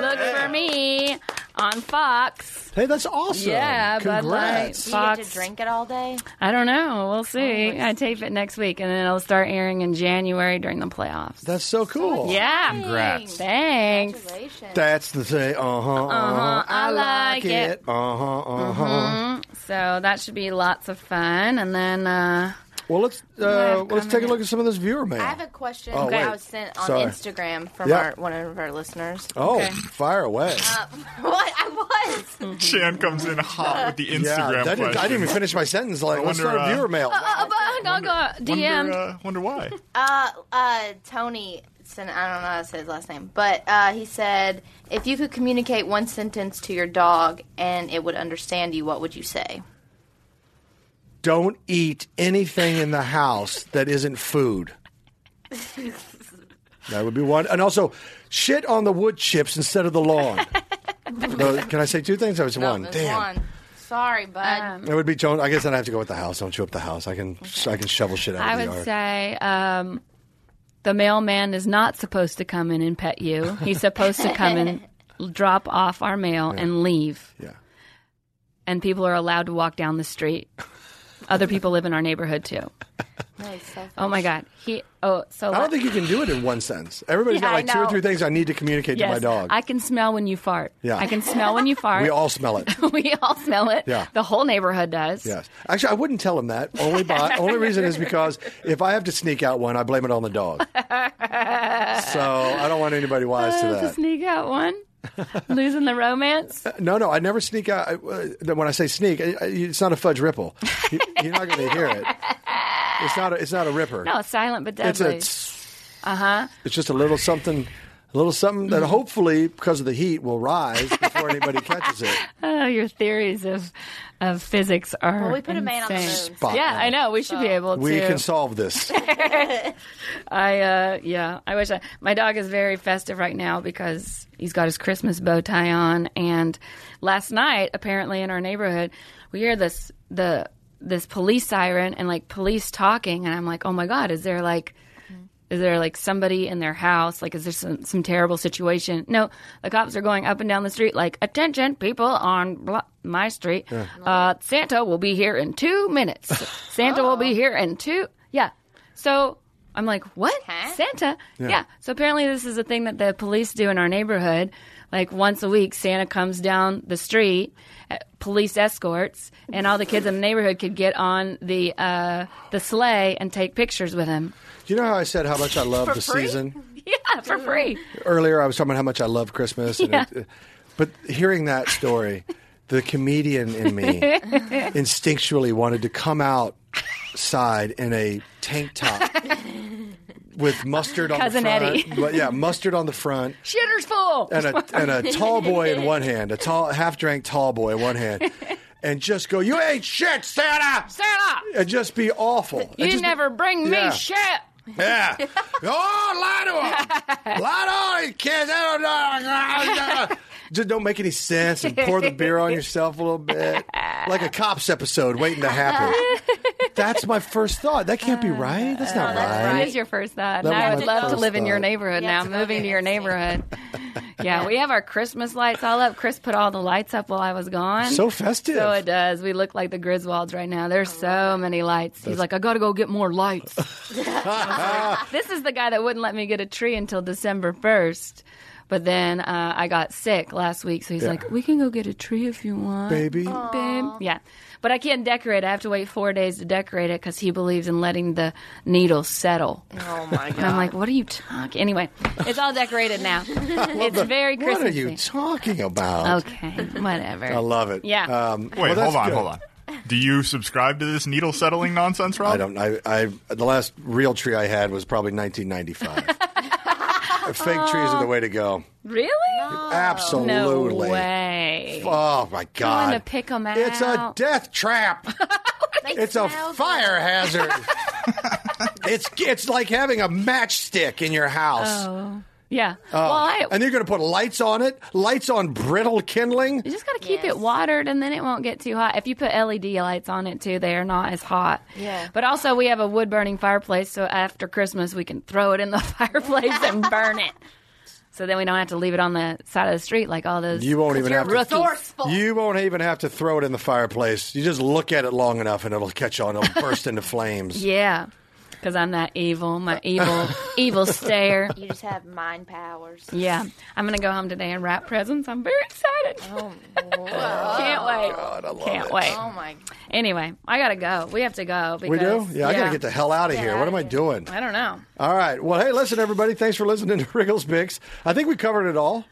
Look for me on Fox.
Hey, that's awesome.
Yeah, Bud
Congrats.
Light.
Do you get
Fox.
to drink it all day?
I don't know. We'll see. I tape it next week, and then it'll start airing in January during the playoffs.
That's so cool.
yeah.
Congrats.
Thanks.
Congratulations.
That's the thing. Uh huh. Uh
Uh-huh.
huh. I like it. Uh huh. Uh huh.
Mm-hmm. So that should be lots of fun. And then uh,
Well, let's
have
uh, let's take a
comment.
look at some of this viewer mail.
I have a question
Oh,
that
wait.
I was sent on
Sorry.
Instagram from
Yeah.
our, one of our listeners.
oh,
Okay. Uh,
fire away!
[laughs] What? I was.
Chan comes in hot with the Instagram
yeah, that didn't,
question.
I didn't even finish my sentence. Like,
I
what's
wonder,
our
uh,
viewer mail?
Uh, but I'll go DM.
Wonder, uh, wonder why.
Uh, uh, Tony, sent, I don't know how to say his last name, but uh, he said, if you could communicate one sentence to your dog and it would understand you, what would you say?
Don't eat anything in the house that isn't food. That would be one. And also, shit on the wood chips instead of the
[laughs]
lawn. No, can I say two things? Or was
No,
one.
there's
Damn.
one. Sorry, bud.
Um,
It would be Joan. I guess then I have to go with the house. Don't chew up the house. I can I can shovel shit out
I
of the
would
yard.
say um, the mailman is not supposed to come in and pet you. He's supposed to
[laughs]
come and drop off our mail and leave.
yeah.
And people are allowed to walk down the street. Other people live in our neighborhood too.
Nice.
Oh my God. He. Oh, so
I don't think you can do it in one sentence. Everybody's
Yeah,
got
I
like two or
know.
three things I need to communicate
yes,
to my dog.
I can smell when you fart.
Yeah.
I can smell when
[laughs]
you fart.
we all smell it.
[laughs] we all smell it.
Yeah.
The whole neighborhood does.
Yes. Actually, I wouldn't tell him that. Only
[laughs]
by, only reason is because if I have to sneak out one, I blame it on the
[laughs]
dog. so I don't want anybody wise to
Uh, to
that.
sneak
[laughs]
out one, losing the romance.
No, no, I never sneak out. I, uh, when I say sneak, I, I, it's not a fudge
[laughs]
ripple. You, you're not going to hear it. It's not. A, it's not a ripper.
No, Uh-huh. it's silent but
it's
deadly.
a. Uh huh. It's just a little something, a little something
Mm-hmm.
that hopefully, because of the heat, will rise before
[laughs]
anybody catches it.
Oh, your theories of of physics are.
Well, we put a man on the moon.
insane.
Spot
Yeah,
on.
I know. We should be able
We
to.
can solve this.
I uh, yeah. I wish I, my dog is very festive right now because he's got his Christmas bow tie on. And last night, apparently in our neighborhood, we hear this the this police siren and like police talking, and I'm like, oh my god, is there like. Is there like somebody in their house? Like, is there some, some terrible situation? No, the cops are going up and down the street, like, attention, people on blah, my street. Uh, Santa will be here in two minutes. Santa will be here in two. Yeah. So I'm like, what?
Huh?
Santa? Yeah. So apparently, this is a thing that the police do in our neighborhood. Like, once a week, Santa comes down the street, uh, police escorts, and all the kids in the neighborhood could get on the, uh, the sleigh and take pictures with him.
You know how I said how much I love the
free?
season.
Yeah, [laughs] for free.
earlier I was talking about how much I love Christmas, and it, but hearing that story, the comedian in
[laughs]
me instinctually wanted to come outside in a tank top with mustard on
Cousin
the front.
Eddie.
but yeah, mustard on the front.
Shitter's full.
And a, and
[laughs]
a tall boy in one hand, a tall half drank tall boy in one hand, and just go, You ain't shit, Santa!
Santa,
And just be awful. And
you
just be-
never bring
yeah.
me shit. [laughs]
yeah. Oh, lie to him. Lie to all these kids. I don't know. Just don't make any sense and pour the beer on yourself a little bit. Like a cops episode waiting to happen. That's my first thought. That can't be
Uh,
right. That's
oh,
not
that's
right.
That is your first thought.
That
and I
was
would
my
love to
first
live in your
thought.
neighborhood
You
now.
have to go
Moving to
there
your
next week.
[laughs]
neighborhood. yeah, we have our Christmas lights all up. Chris put all the lights up while I was gone.
So festive.
So it does. We look like the Griswolds right now. There's so many lights. He's like, I gotta go get
[laughs]
more lights. [laughs] I was like, this is the guy that wouldn't let me get a tree until December first. But then uh, I got sick last week, so he's
Yeah.
like, "We can go get a tree if you want,
Baby.
babe." Yeah, but I can't decorate. I have to wait four days to decorate it because he believes in letting the needle settle.
Oh, my God.
And I'm like, "What are you talking?" Anyway, it's all decorated now. it's very
What are
Christmas.
you talking about?
okay, whatever.
I love it.
Yeah.
Um,
Wait,
well, that's
hold on,
good.
hold on. Do you subscribe to this needle settling nonsense, Rob?
I don't. I, I. The last real tree I had was probably
[laughs]
1995. Fake trees are the way to go.
really? No
Absolutely.
Oh, way.
Oh my God!
to pick 'em
It's a
out.
death
[laughs]
trap. [laughs]
They
it's a
smell good.
fire hazard. it's it's like having a matchstick in your house.
Oh. Yeah. well, I,
and you're going to put lights on it, lights on brittle kindling.
you just got to keep
Yes.
it watered and then it won't get too hot. If you put LED lights on it too, they are not as hot.
Yeah.
But also, we have a wood burning fireplace, so after Christmas, we can throw it in the [laughs] fireplace and burn it. So then we don't have to leave it on the side of the street like all those.
You won't even have to.
rookies.
You won't even have to throw it
[laughs]
in the fireplace. You just look at it long enough, and it'll catch on. It'll burst into flames.
Yeah. because I'm not evil. My
[laughs]
evil, evil stare.
You just have mind powers.
Yeah, I'm gonna go home today and wrap presents. I'm very excited.
Oh,
[laughs] Can't wait.
I love
Can't
it.
wait.
my.
Anyway, I gotta go. We have to go. Because,
We do? Yeah, I got to get the hell out of here. What am I doing?
I don't know.
All right. Well, hey, listen, everybody. Thanks for listening to [laughs] Riggles Mix. I think we covered it all.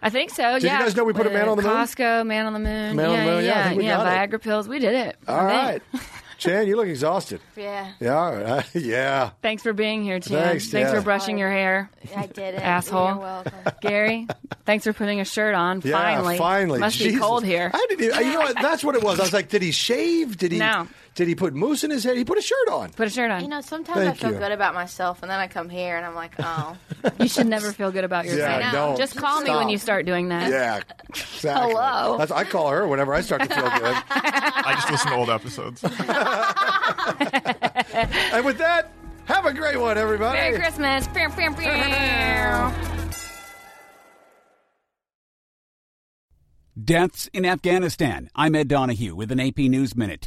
I think so.
you
yeah.
guys know we put a man on the moon?
Costco, man on the moon.
Man
yeah,
on the moon, yeah, I
yeah,
think we got it.
Viagra pills. We did it.
All
I
right,
think. [laughs]
Chan, you look exhausted.
Yeah,
Yeah, all right. [laughs] yeah.
Thanks for being here, Chan.
Thanks, yeah.
for brushing your hair,
I did it.
Asshole.
You're welcome.
[laughs]
Gary. thanks for putting a shirt on.
Yeah,
finally,
finally.
Must be
Jesus.
cold here.
I didn't. Even, you know what? That's what it was. I was like, did he shave? Did he?
No.
Did he put moose in his head? He put a shirt on.
Put a shirt on.
You know, sometimes I
Thank
feel
you.
good about myself, and then I come here and I'm like, oh,
You should never feel good about yourself.
Yeah, don't.
Just call me
Stop.
when you start doing that.
Yeah. Exactly.
Hello.
That's, I call her whenever I start to feel
[laughs]
good.
I just listen to old episodes.
and with that, have a great one, everybody.
Merry Christmas. Pew, pew, [laughs] pew.
Deaths in Afghanistan. I'm Ed Donahue with an AP News Minute.